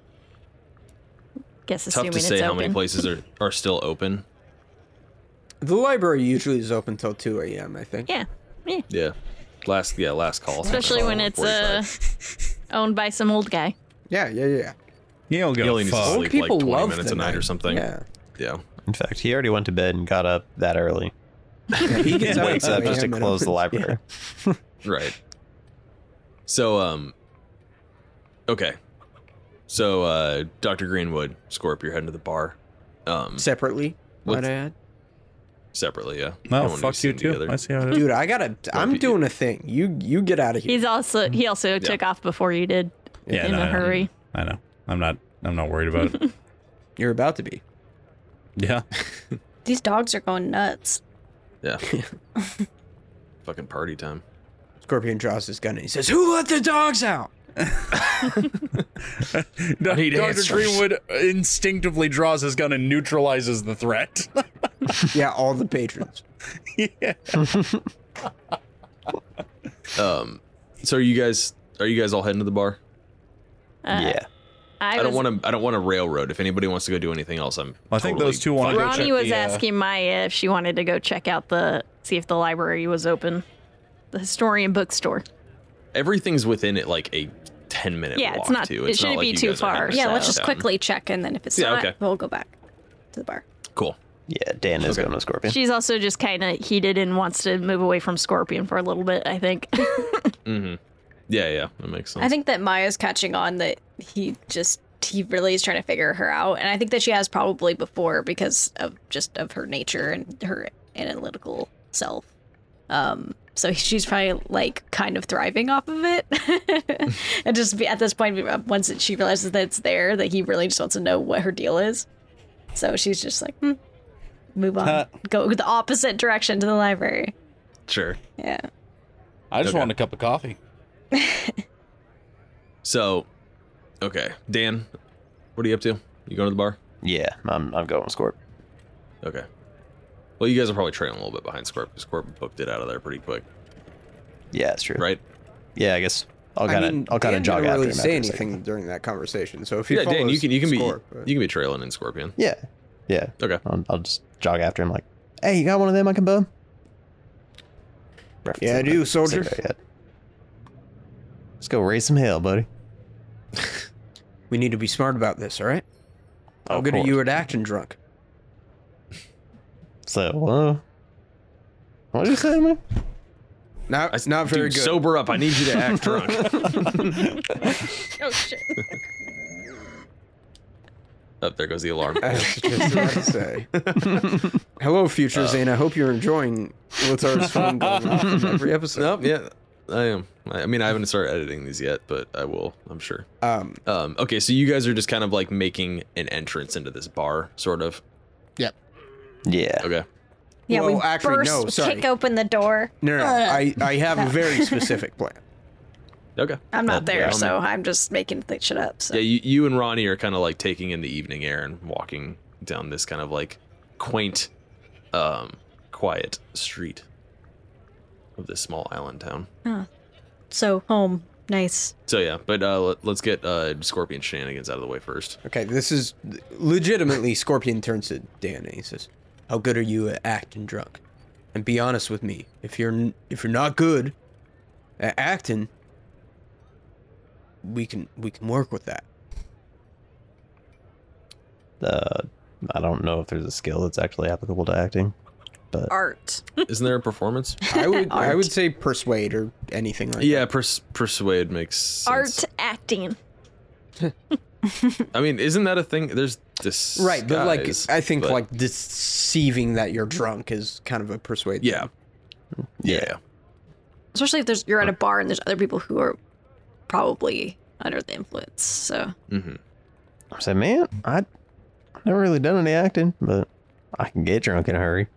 S2: Guess
S1: tough
S2: assuming
S1: to say
S2: it's
S1: how
S2: open.
S1: many places are, are still open.
S6: The library usually is open till 2 a.m., I think.
S2: Yeah. Yeah.
S1: Yeah. Last yeah, last call.
S2: Especially when it's uh, owned by some old guy.
S6: Yeah, yeah, yeah.
S3: He'll
S1: he only needs to
S6: Old
S1: sleep like
S6: people
S1: twenty
S6: love
S1: minutes
S6: the
S1: a night, or
S6: night.
S1: something.
S6: Yeah.
S1: Yeah.
S4: In fact, he already went to bed and got up that early.
S6: He gets
S4: Wakes
S6: at
S4: up just to
S6: 2 a.m. and
S4: close the
S6: opens-
S4: library.
S1: Right. So um Okay. So uh Dr. Greenwood, Scorp, you're heading to the bar. Um
S6: Separately, might
S1: What's-
S6: I add?
S1: separately, yeah. I don't
S3: Well,
S1: wanna be
S3: fuck you
S1: seen
S3: too.
S1: together.
S3: I see how it is.
S6: Dude, I gotta. I'm
S1: you-
S6: doing a thing. You you get out of here.
S2: He's also he also took off before you did
S3: Yeah,
S2: in
S3: no,
S2: a
S3: I know.
S2: hurry.
S3: I know. I'm not. I'm not worried about it.
S6: You're about to be.
S3: yeah.
S7: These dogs are going nuts.
S1: Yeah. Fucking party time.
S6: Scorpion draws his gun and he says, Who let the dogs out?
S3: Doc-
S1: need
S3: Dr.
S1: answers.
S3: Greenwood instinctively draws his gun and neutralizes the threat.
S6: yeah, all the patrons.
S1: Um, so are you guys Are you guys all heading to the bar?
S2: Uh,
S4: yeah.
S2: I,
S1: I,
S2: was,
S1: don't want to. I don't want to railroad. If anybody wants to go do anything else, I'm.
S3: I think
S1: totally
S3: those two want to go check
S2: Ronnie was
S3: the, uh,
S2: asking Maya if she wanted to go check out the see if the library was open, the historian bookstore.
S1: Everything's within it, like a ten minute.
S2: Yeah, it's
S1: walk
S2: not-
S1: Too.
S2: it shouldn't
S1: like
S2: be
S1: you
S2: too
S1: guys are
S2: far.
S1: heading
S5: Yeah,
S1: to
S5: let's
S1: town.
S5: just quickly check, and then if it's
S1: Yeah,
S5: not,
S1: okay.
S5: we'll go back to the bar.
S1: Cool.
S4: Yeah, Dan is going to Scorpion.
S2: She's also just kind of heated and wants to move away from Scorpion for a little bit. I think.
S1: Yeah, yeah, that makes sense.
S5: I think that Maya's catching on that he just he really is trying to figure her out, and I think that she has probably before because of just of her nature and her analytical self. Um, so she's probably like kind of thriving off of it, and just be, at this point, once she realizes that it's there, that he really just wants to know what her deal is. So she's just like, hmm, move on,
S3: Huh.
S5: go the opposite direction to the library.
S1: sure.
S5: Yeah.
S3: I just
S1: Okay.
S3: want a cup of coffee.
S1: So, okay, Dan, what are you up to? You going to the bar?
S4: yeah, I'm, I'm going Scorp.
S1: Okay. Well, you guys are probably trailing a little bit behind Scorp. 'cause Scorp booked it out of there pretty quick,
S4: Yeah, it's true.
S1: right?
S4: Yeah, I guess I'll
S6: I
S4: kind of
S6: mean,
S4: I'll kind
S6: Dan
S4: of jog
S6: didn't
S4: after
S6: really
S4: him.
S6: say
S4: after a second.
S6: anything during that conversation. So if he
S1: Yeah, Dan, you
S6: follows
S1: can you can be
S6: Scorp, uh,
S1: you can be trailing in Scorpion.
S4: Yeah, yeah.
S1: Okay.
S4: I'll, I'll just jog after him like, hey, you got one of them I can bum? Referencing
S6: Yeah,
S4: my
S6: I do, soldier.
S4: cigarette ad. Let's go raise some hell, buddy.
S6: we need to be smart about this. All right. How
S4: Of
S6: good are you
S4: course.
S6: at acting drunk?
S4: So, uh, what did you say, man?
S6: Not
S1: I-
S6: not very
S1: Dude,
S6: good.
S1: Sober up. I need you to act drunk.
S5: Oh shit.
S1: Up Oh, there goes the alarm.
S6: I was just about to say. Hello, future Zane. I hope you're enjoying what's our phone going off in every episode.
S1: nope. Yeah, I am. I I mean, I haven't started editing these yet, but I will. I'm sure.
S6: Um,
S1: Um, okay, so you guys are just kind of like making an entrance into this bar, sort of.
S4: Yeah.
S1: Okay.
S7: Yeah,
S6: well,
S7: we
S6: actually,
S7: burst,
S6: no, sorry.
S7: kick open the door.
S6: no, no, no. I, I have a very specific plan.
S1: Okay.
S5: I'm not there,
S1: yeah.
S5: so I'm just making things shit up. So.
S1: Yeah, you, you and Ronnie are kind of like taking in the evening air and walking down this kind of like quaint, um, quiet street of this small island town.
S5: So home, nice.
S1: So yeah, but uh, let, let's get uh, Scorpion shenanigans out of the way first.
S6: Okay, this is legitimately Scorpion turns to Dan and he says, "How good are you at acting drunk? And be honest with me. If you're n- if you're not good at acting, we can we can work with that.
S4: Uh, I don't know if there's a skill that's actually applicable to acting.
S2: Art.
S1: Isn't there a performance?
S6: I would I would say persuade or anything like
S1: yeah, pers- persuade makes sense.
S2: Art acting.
S1: I mean, isn't that a thing? There's this
S6: that. Right, but like I think like deceiving that you're drunk is kind of a persuade.
S1: yeah, yeah, yeah.
S5: Especially if there's you're at a bar and there's other people who are probably under the influence. So
S1: Mm-hmm.
S4: I said, man, I, I've never really done any acting, but I can get drunk in a hurry.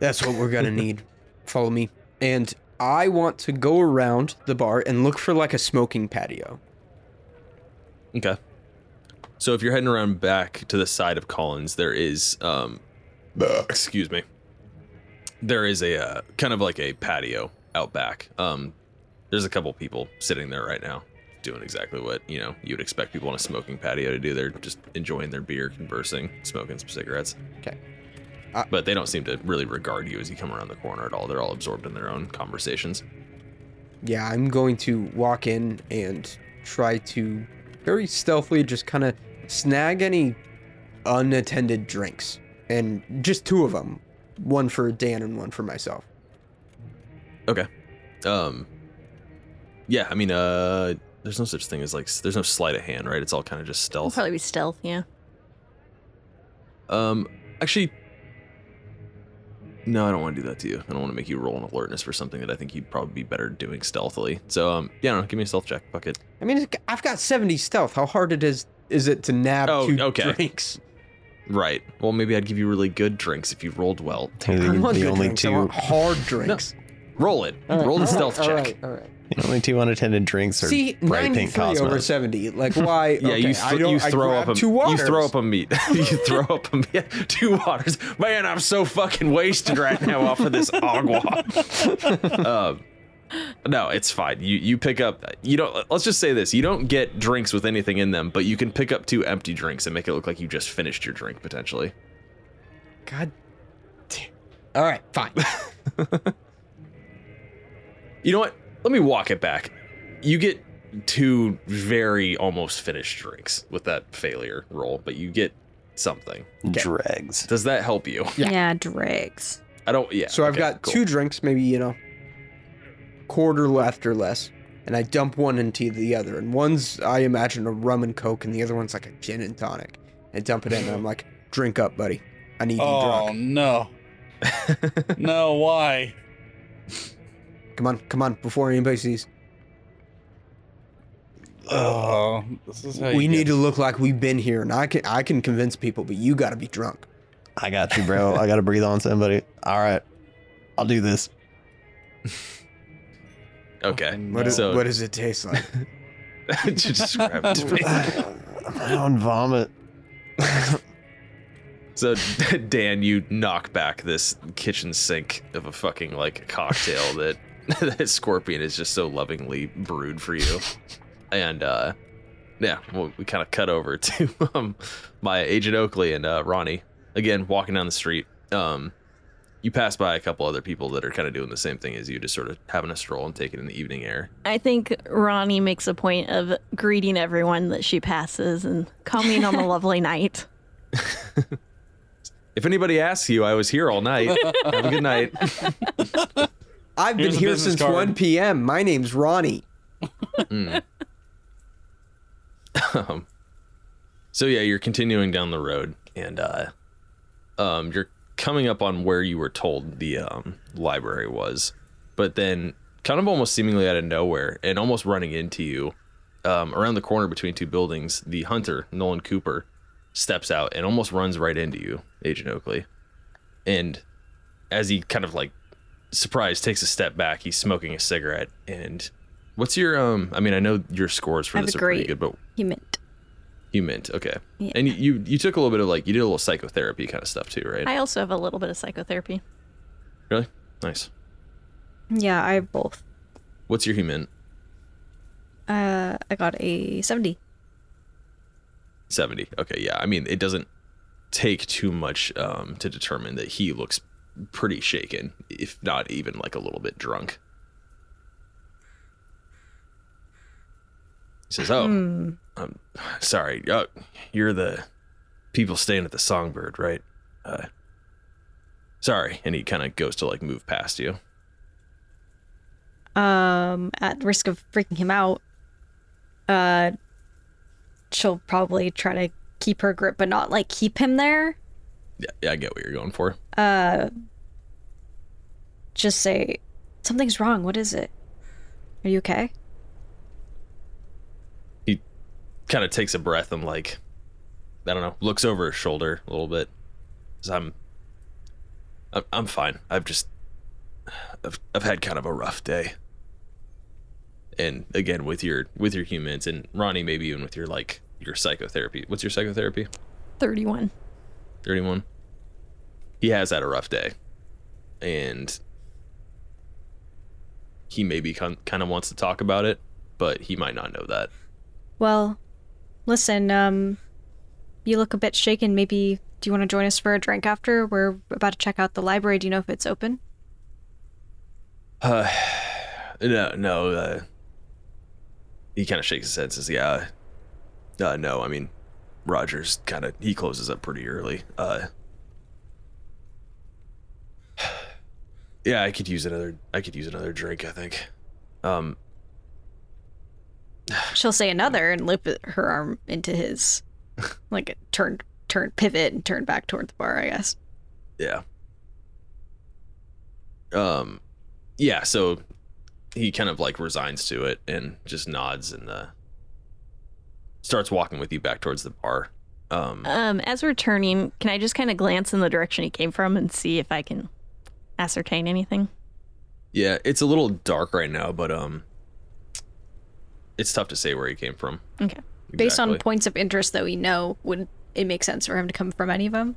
S6: That's what we're gonna need. Follow me. And I want to go around the bar and look for like a smoking patio.
S1: Okay. So if you're heading around back to the side of Collins, there is um excuse me. There is a uh, kind of like a patio out back. Um there's a couple people sitting there right now doing exactly what, you know, you'd expect people on a smoking patio to do. They're just enjoying their beer, conversing, smoking some cigarettes.
S6: Okay.
S1: but they don't seem to really regard you as you come around the corner at all. They're all absorbed in their own conversations.
S6: Yeah, I'm going to walk in and try to very stealthily just kind of snag any unattended drinks. And just two of them one for Dan and one for myself.
S1: Okay. Um. Yeah, I mean, uh, there's no such thing as like, s- there's no sleight of hand, right? It's all kind of just
S2: It'll
S1: stealth.
S2: probably be stealth. Yeah.
S1: Um, actually, no, I don't want to do that to you. I don't want to make you roll an alertness for something that I think you'd probably be better doing stealthily. So, um, yeah, I don't know, give me a stealth check. Fuck it.
S6: I mean, it's- I've got 70 stealth. How hard it is is it to nab
S1: Oh,
S6: two
S1: okay.
S6: drinks?
S1: Right. Well, maybe I'd give you really good drinks if you rolled well.
S4: I
S6: I
S4: think
S6: want
S4: the
S6: good
S4: only
S6: drinks. I
S4: two,
S6: want hard drinks.
S1: Roll it. roll the stealth check.
S6: all right.
S4: the only two unattended drinks are
S6: See,
S4: bright pink
S6: 93 over
S4: cosmos.
S6: 70. Like, why?
S1: Yeah,
S6: okay,
S1: you,
S6: I
S1: th-
S6: don't,
S1: you
S6: I
S1: throw
S6: grabbed
S1: up a
S6: two
S1: you throw
S6: waters.
S1: up a meat. you throw up a meat. Two waters. Man, I'm so fucking wasted right now off of this agua. um, No, it's fine. You you pick up you don't let's just say this. You don't get drinks with anything in them, but you can pick up two empty drinks and make it look like you just finished your drink potentially.
S6: God. da- All right, fine.
S1: You know what? Let me walk it back. You get two very almost finished drinks with that failure roll, but you get something.
S4: Dregs.
S1: Does that help you?
S6: Yeah.
S5: Yeah, dregs.
S1: I don't yeah.
S6: so I've
S1: okay,
S6: got
S1: cool.
S6: two drinks, maybe you know, quarter left or less, and I dump one into the other. And one's I imagine a rum and coke, and the other one's like a gin and tonic. I dump it in, and I'm like, "Drink up, buddy. I need you
S3: Oh
S6: drunk.
S3: no. no, why?
S1: Oh.
S6: Come on, come on, before anybody sees.
S3: Oh, this is how you
S6: we
S3: get-
S6: need to look like we've been here, and I can I can convince people, but you got to be drunk.
S4: I got you, bro. I got to breathe on somebody. All right. I'll do this.
S1: Okay.
S6: What, is,
S1: so
S6: what does it taste like?
S1: just describe it to me.
S4: I'm on vomit.
S1: So Dan, you knock back this kitchen sink of a fucking like cocktail that that Scorpion is just so lovingly brewed for you, and uh, yeah, well, we kind of cut over to um, my agent Oakley and uh, Ronnie again walking down the street. Um, you pass by a couple other people that are kind of doing the same thing as you, just sort of having a stroll and taking in the evening air.
S2: I think Ronnie makes a point of greeting everyone that she passes and coming on a lovely night.
S1: If anybody asks you, I was here all night. Have a good night.
S3: Here's a
S6: I've been here
S3: business
S6: since
S3: card.
S6: 1 p.m. My name's Ronnie.
S1: Um, so yeah, you're continuing down the road, and uh, um, you're coming up on where you were told the um, library was, but then kind of almost seemingly out of nowhere and almost running into you um, around the corner between two buildings, the hunter Nolan Cooper steps out and almost runs right into you, Agent Oakley, and as he kind of like surprised takes a step back, he's smoking a cigarette and. What's your um? I mean, I know your scores for
S5: I have
S1: this
S5: a
S1: are pretty good,
S5: great-
S1: but
S5: He meant.
S1: you mint, okay.
S5: Yeah.
S1: And you, you you took a little bit of like you did a little psychotherapy kind of stuff too, right?
S2: I also have a little bit of psychotherapy.
S1: really nice.
S5: Yeah, I have both.
S1: What's your human?
S5: Uh, I got a seventy.
S1: Seventy. Okay, yeah. I mean, it doesn't take too much um, to determine that he looks pretty shaken, if not even like a little bit drunk. He says, "Oh, I'm sorry. Uh, you're the people staying at the Songbird, right? Uh, sorry." And he kind of goes to like move past you.
S5: um at the risk of freaking him out uh she'll probably try to keep her grip but not like keep him there
S1: Yeah, yeah, I get what you're going for.
S5: just say something's wrong what is it are you okay
S1: he kind of takes a breath and like i don't know looks over his shoulder a little bit says, i'm I'm- i'm fine i've just I've, I've had kind of a rough day and again with your with your humans and ronnie maybe even with your like your psychotherapy what's your psychotherapy
S2: 31.
S1: 31 he has had a rough day and he maybe kind of wants to talk about it but he might not know that
S5: well listen um you look a bit shaken maybe do you want to join us for a drink after we're about to check out the library do you know if it's open
S1: No, no. Uh, he kind of shakes his head and says, "Yeah, uh, no. I mean, Rogers kind of he closes up pretty early. Uh, yeah, I could use another. I could use another drink. I think. Um,
S5: she'll say another and loop her arm into his like turn turn pivot and turn back toward the bar i guess
S1: yeah. Um, yeah. So he kind of like resigns to it and just nods and uh, starts walking with you back towards the bar. Um,
S2: Um, as we're turning, can I just kind of glance in the direction he came from and see if I can ascertain anything?
S1: Yeah, it's a little dark right now, but um, it's tough to say where he came from.
S2: Okay.
S5: based on
S1: exactly.
S5: points of interest that we know would it make sense for him to come from any of them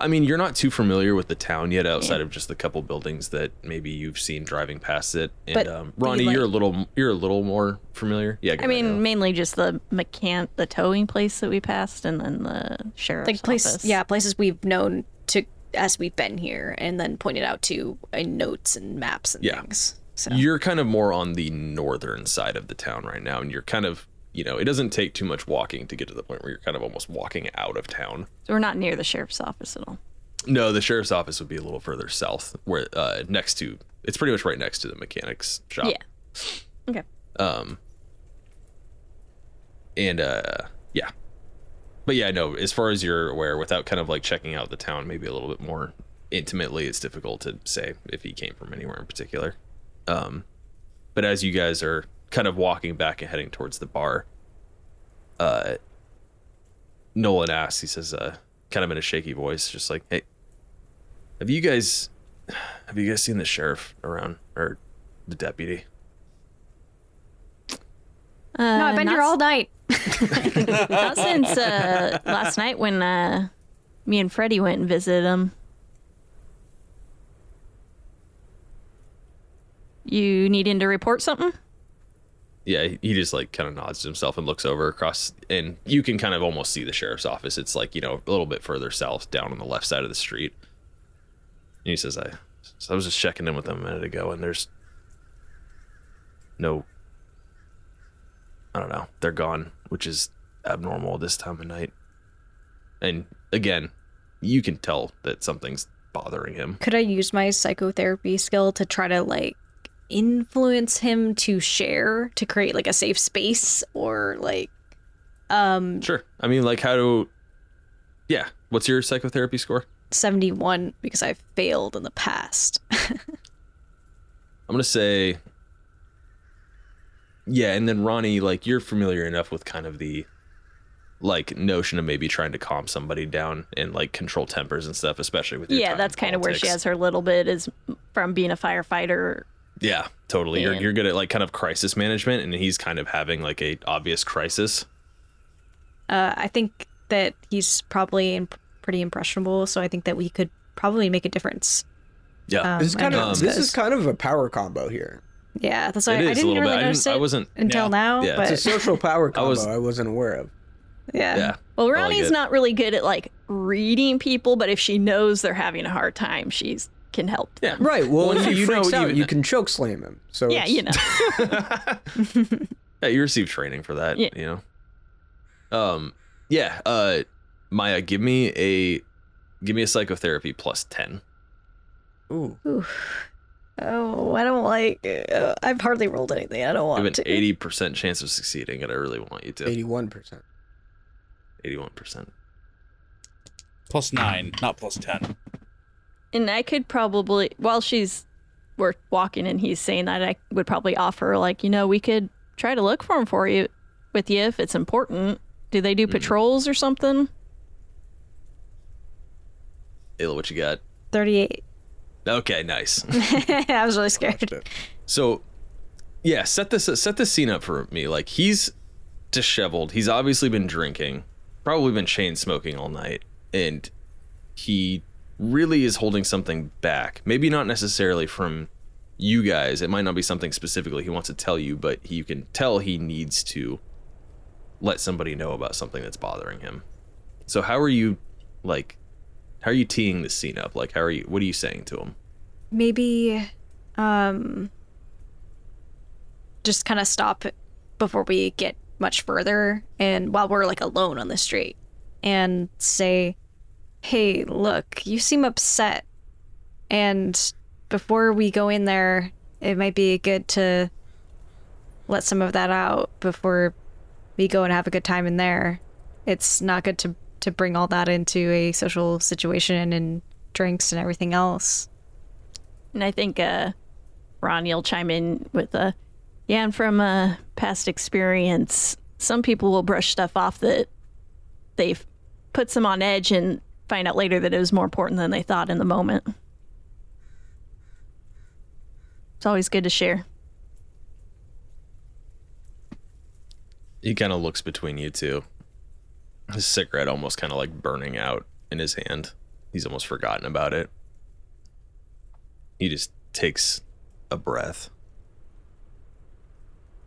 S1: I mean, you're not too familiar with the town yet, outside of just the couple buildings that maybe you've seen driving past it. And
S5: But
S1: um, Ronnie,
S5: like-
S1: you're a little you're a little more familiar. Yeah, go
S2: I
S1: ahead, Al.
S2: mean, mainly just the mechan, the towing place that we passed, and then the sheriff's
S5: like places
S2: office.
S5: yeah places we've known to as we've been here and then pointed out to in notes and maps and
S1: Yeah.
S5: things so
S1: You're kind of more on the northern side of the town right now, and you're kind of, you know, it doesn't take too much walking to get to the point where you're kind of almost walking out of town.
S2: so we're not near the sheriff's office at all.
S1: No, the sheriff's office would be a little further south, where uh, next to it's pretty much right next to the mechanics shop.
S2: Yeah. Okay.
S1: Um. And uh, yeah, but yeah, no. As far as you're aware, without kind of like checking out the town, maybe a little bit more intimately, it's difficult to say if he came from anywhere in particular. Um, but as you guys are kind of walking back and heading towards the bar, uh, Nolan asks. He says, uh, kind of in a shaky voice, just like, "Hey, have you guys, have you guys seen the sheriff around or the deputy?"
S2: Uh,
S7: no, I've been
S2: not
S7: here all night.
S2: Not since uh, last night when uh, me and Freddie went and visited him. You needing to report something?
S1: yeah, he- he just like kind of nods to himself and looks over across, and you can kind of almost see the sheriff's office. It's like you know a little bit further south, down on the left side of the street. And he says, "I, so I was just checking in with them a minute ago, and there's no, I don't know, they're gone, which is abnormal this time of night. And again, you can tell that something's bothering him.
S5: could i use my psychotherapy skill to try to like influence him to share to create like a safe space or like um
S1: Sure, I mean, like how do, yeah, what's your psychotherapy score?
S5: 71 because i've failed in the past
S1: I'm gonna say Yeah, and then Ronnie, like you're familiar enough with kind of the like notion of maybe trying to calm somebody down and like control tempers and stuff, especially with your
S2: yeah,
S1: time
S2: that's
S1: in
S2: kind of where she
S1: politics.
S2: has her little bit is from being a firefighter.
S1: Yeah, totally. You're
S2: Yeah.
S1: you're good at like kind of crisis management, and he's kind of having like a obvious crisis.
S5: uh, I think that he's probably imp- pretty impressionable, so I think that we could probably make a difference.
S2: Uh,
S1: Yeah,
S2: Oh
S5: Um,
S6: This is kind
S5: and
S6: of
S1: Um,
S6: this
S5: because-
S6: is kind of a power combo here.
S5: yeah, that's why
S1: it
S5: I,
S1: is a
S5: didn't
S1: little
S5: really
S1: bit. I,
S5: notice
S1: didn't, I
S5: it
S1: wasn't.
S5: until
S1: yeah.
S5: now,
S1: Yeah,
S5: but
S6: It's a social power
S1: I
S6: combo I,
S1: was-
S6: was, not aware of.
S5: yeah,
S1: Yeah,
S2: Well,
S1: Oh, I like
S2: Ronnie's
S1: it.
S2: not really good at like reading people, but if she knows they're having a hard time, she's can help.
S1: Yeah.
S2: them.
S6: Right. Well,
S1: Well,
S6: if
S1: you-
S6: he
S1: you
S6: freaks
S1: know,
S6: out,
S1: even-
S6: you can choke slam him. So
S2: Yeah,
S6: it's-
S2: you know.
S1: yeah, you receive training for that,
S2: Yeah.
S1: you know. Um yeah, uh Maya, give me a give me a psychotherapy plus 10.
S6: Ooh.
S5: Oh, I don't like. Uh, I've hardly rolled anything. I don't
S1: You have an
S5: want to.
S1: 80% chance of succeeding, and I really want you to.
S6: Eighty-one percent.
S1: 81%.
S3: Plus nine, not plus ten.
S2: And I could probably, while she's we're walking and he's saying that, I would probably offer like, you know, we could try to look for him for you, with you if it's important. Do they do patrols or something?
S1: Ayla, what you got?
S5: Thirty-eight.
S1: Okay, nice.
S5: I was really scared.
S1: So, yeah, set this set this scene up for me. Like he's disheveled. He's obviously been drinking, probably been chain smoking all night, and he really is holding something back. Maybe not necessarily from you guys. It might not be something specifically he wants to tell you, but he, you can tell he needs to let somebody know about something that's bothering him. So, how are you like how are you teeing this scene up? Like how are you what are you saying to him?
S5: Maybe, um, just kind of stop before we get much further, and while we're like alone on the street, and say, hey, look, you seem upset. And before we go in there, it might be good to let some of that out before we go and have a good time in there. It's not good to, to bring all that into a social situation and drinks and everything else.
S2: And I think uh, Ronnie will chime in with a, yeah, and from uh, past experience, some people will brush stuff off that they've puts them on edge and find out later that it was more important than they thought in the moment. It's always good to share.
S1: He kind of looks between you two. His cigarette almost kind of like burning out in his hand. he's almost forgotten about it. He just takes a breath.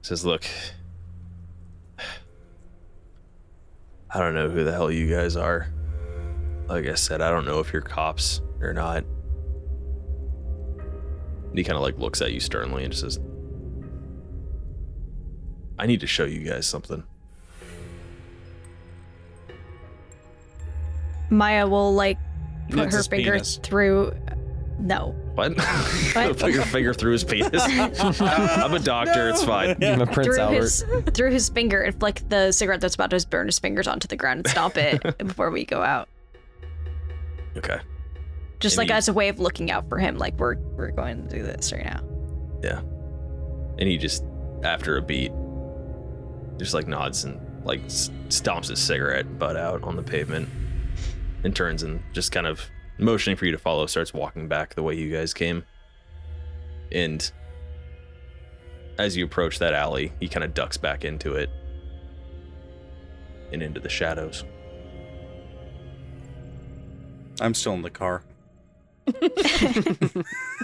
S1: Says, Look, I don't know who the hell you guys are. Like I said, I don't know if you're cops or not. And he kind of like looks at you sternly and just says, I need to show you guys something.
S5: Maya will like put
S3: It's
S5: her
S3: his
S5: finger
S3: penis.
S5: through. No.
S1: What?
S5: What?
S1: Put your finger through his penis. I'm a doctor. It's fine.
S4: I'm a Prince
S5: through
S4: Albert.
S5: his through his finger and flick the cigarette that's about to burn his fingers onto the ground and stop it before we go out.
S1: Okay.
S5: Just
S1: And
S5: like
S1: you-
S5: as a way of looking out for him, like we're we're going to do this right now.
S1: And he just, after a beat, just like nods and like s- stomps his cigarette butt out on the pavement and turns and just kind of motioning for you to follow, starts walking back the way you guys came. And as you approach that alley, he kind of ducks back into it and into the shadows.
S3: I'm still in the car.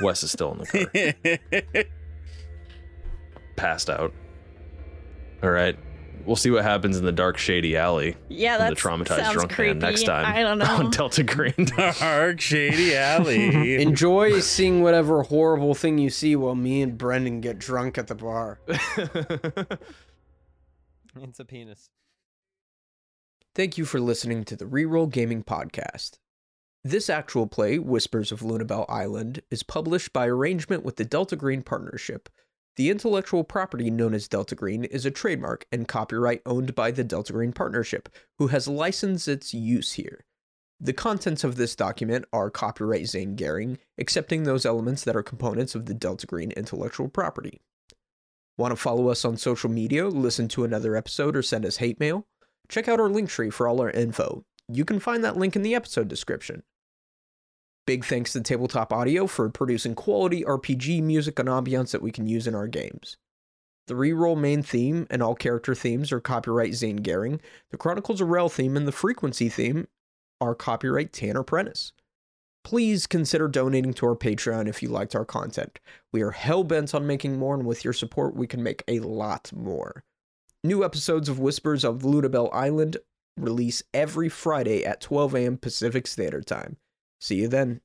S1: Wes is still in the car. passed out. All right. We'll see what happens in the dark, shady alley
S2: Yeah,
S1: from the
S2: that
S1: traumatized
S2: sounds
S1: drunk
S2: creepy.
S1: man next time Oh,
S2: I don't know.
S1: on Delta Green.
S3: Dark shady alley.
S6: Enjoy seeing whatever horrible thing you see while me and Brendan get drunk at the bar.
S4: It's a penis.
S6: Thank you for listening to the Reroll Gaming Podcast. This actual play, Whispers of Lunabelle Island, is published by arrangement with the Delta Green Partnership. The intellectual property known as Delta Green is a trademark and copyright owned by the Delta Green Partnership, who has licensed its use here. The contents of this document are copyright Zane Gehring, excepting those elements that are components of the Delta Green intellectual property. Want to follow us on social media, listen to another episode, or send us hate mail? check out our link tree for all our info. You can find that link in the episode description. Big thanks to Tabletop Audio for producing quality RPG music and ambiance that we can use in our games. The reroll main theme and all character themes are copyright Zane Gehring. The Chronicles of Rel theme and the Frequency theme are copyright Tanner Prentice. Please consider donating to our Patreon if you liked our content. We are hell bent on making more, and with your support, we can make a lot more. New episodes of Whispers of Lunabelle Island release every Friday at 12 a.m. Pacific Standard Time. See you then.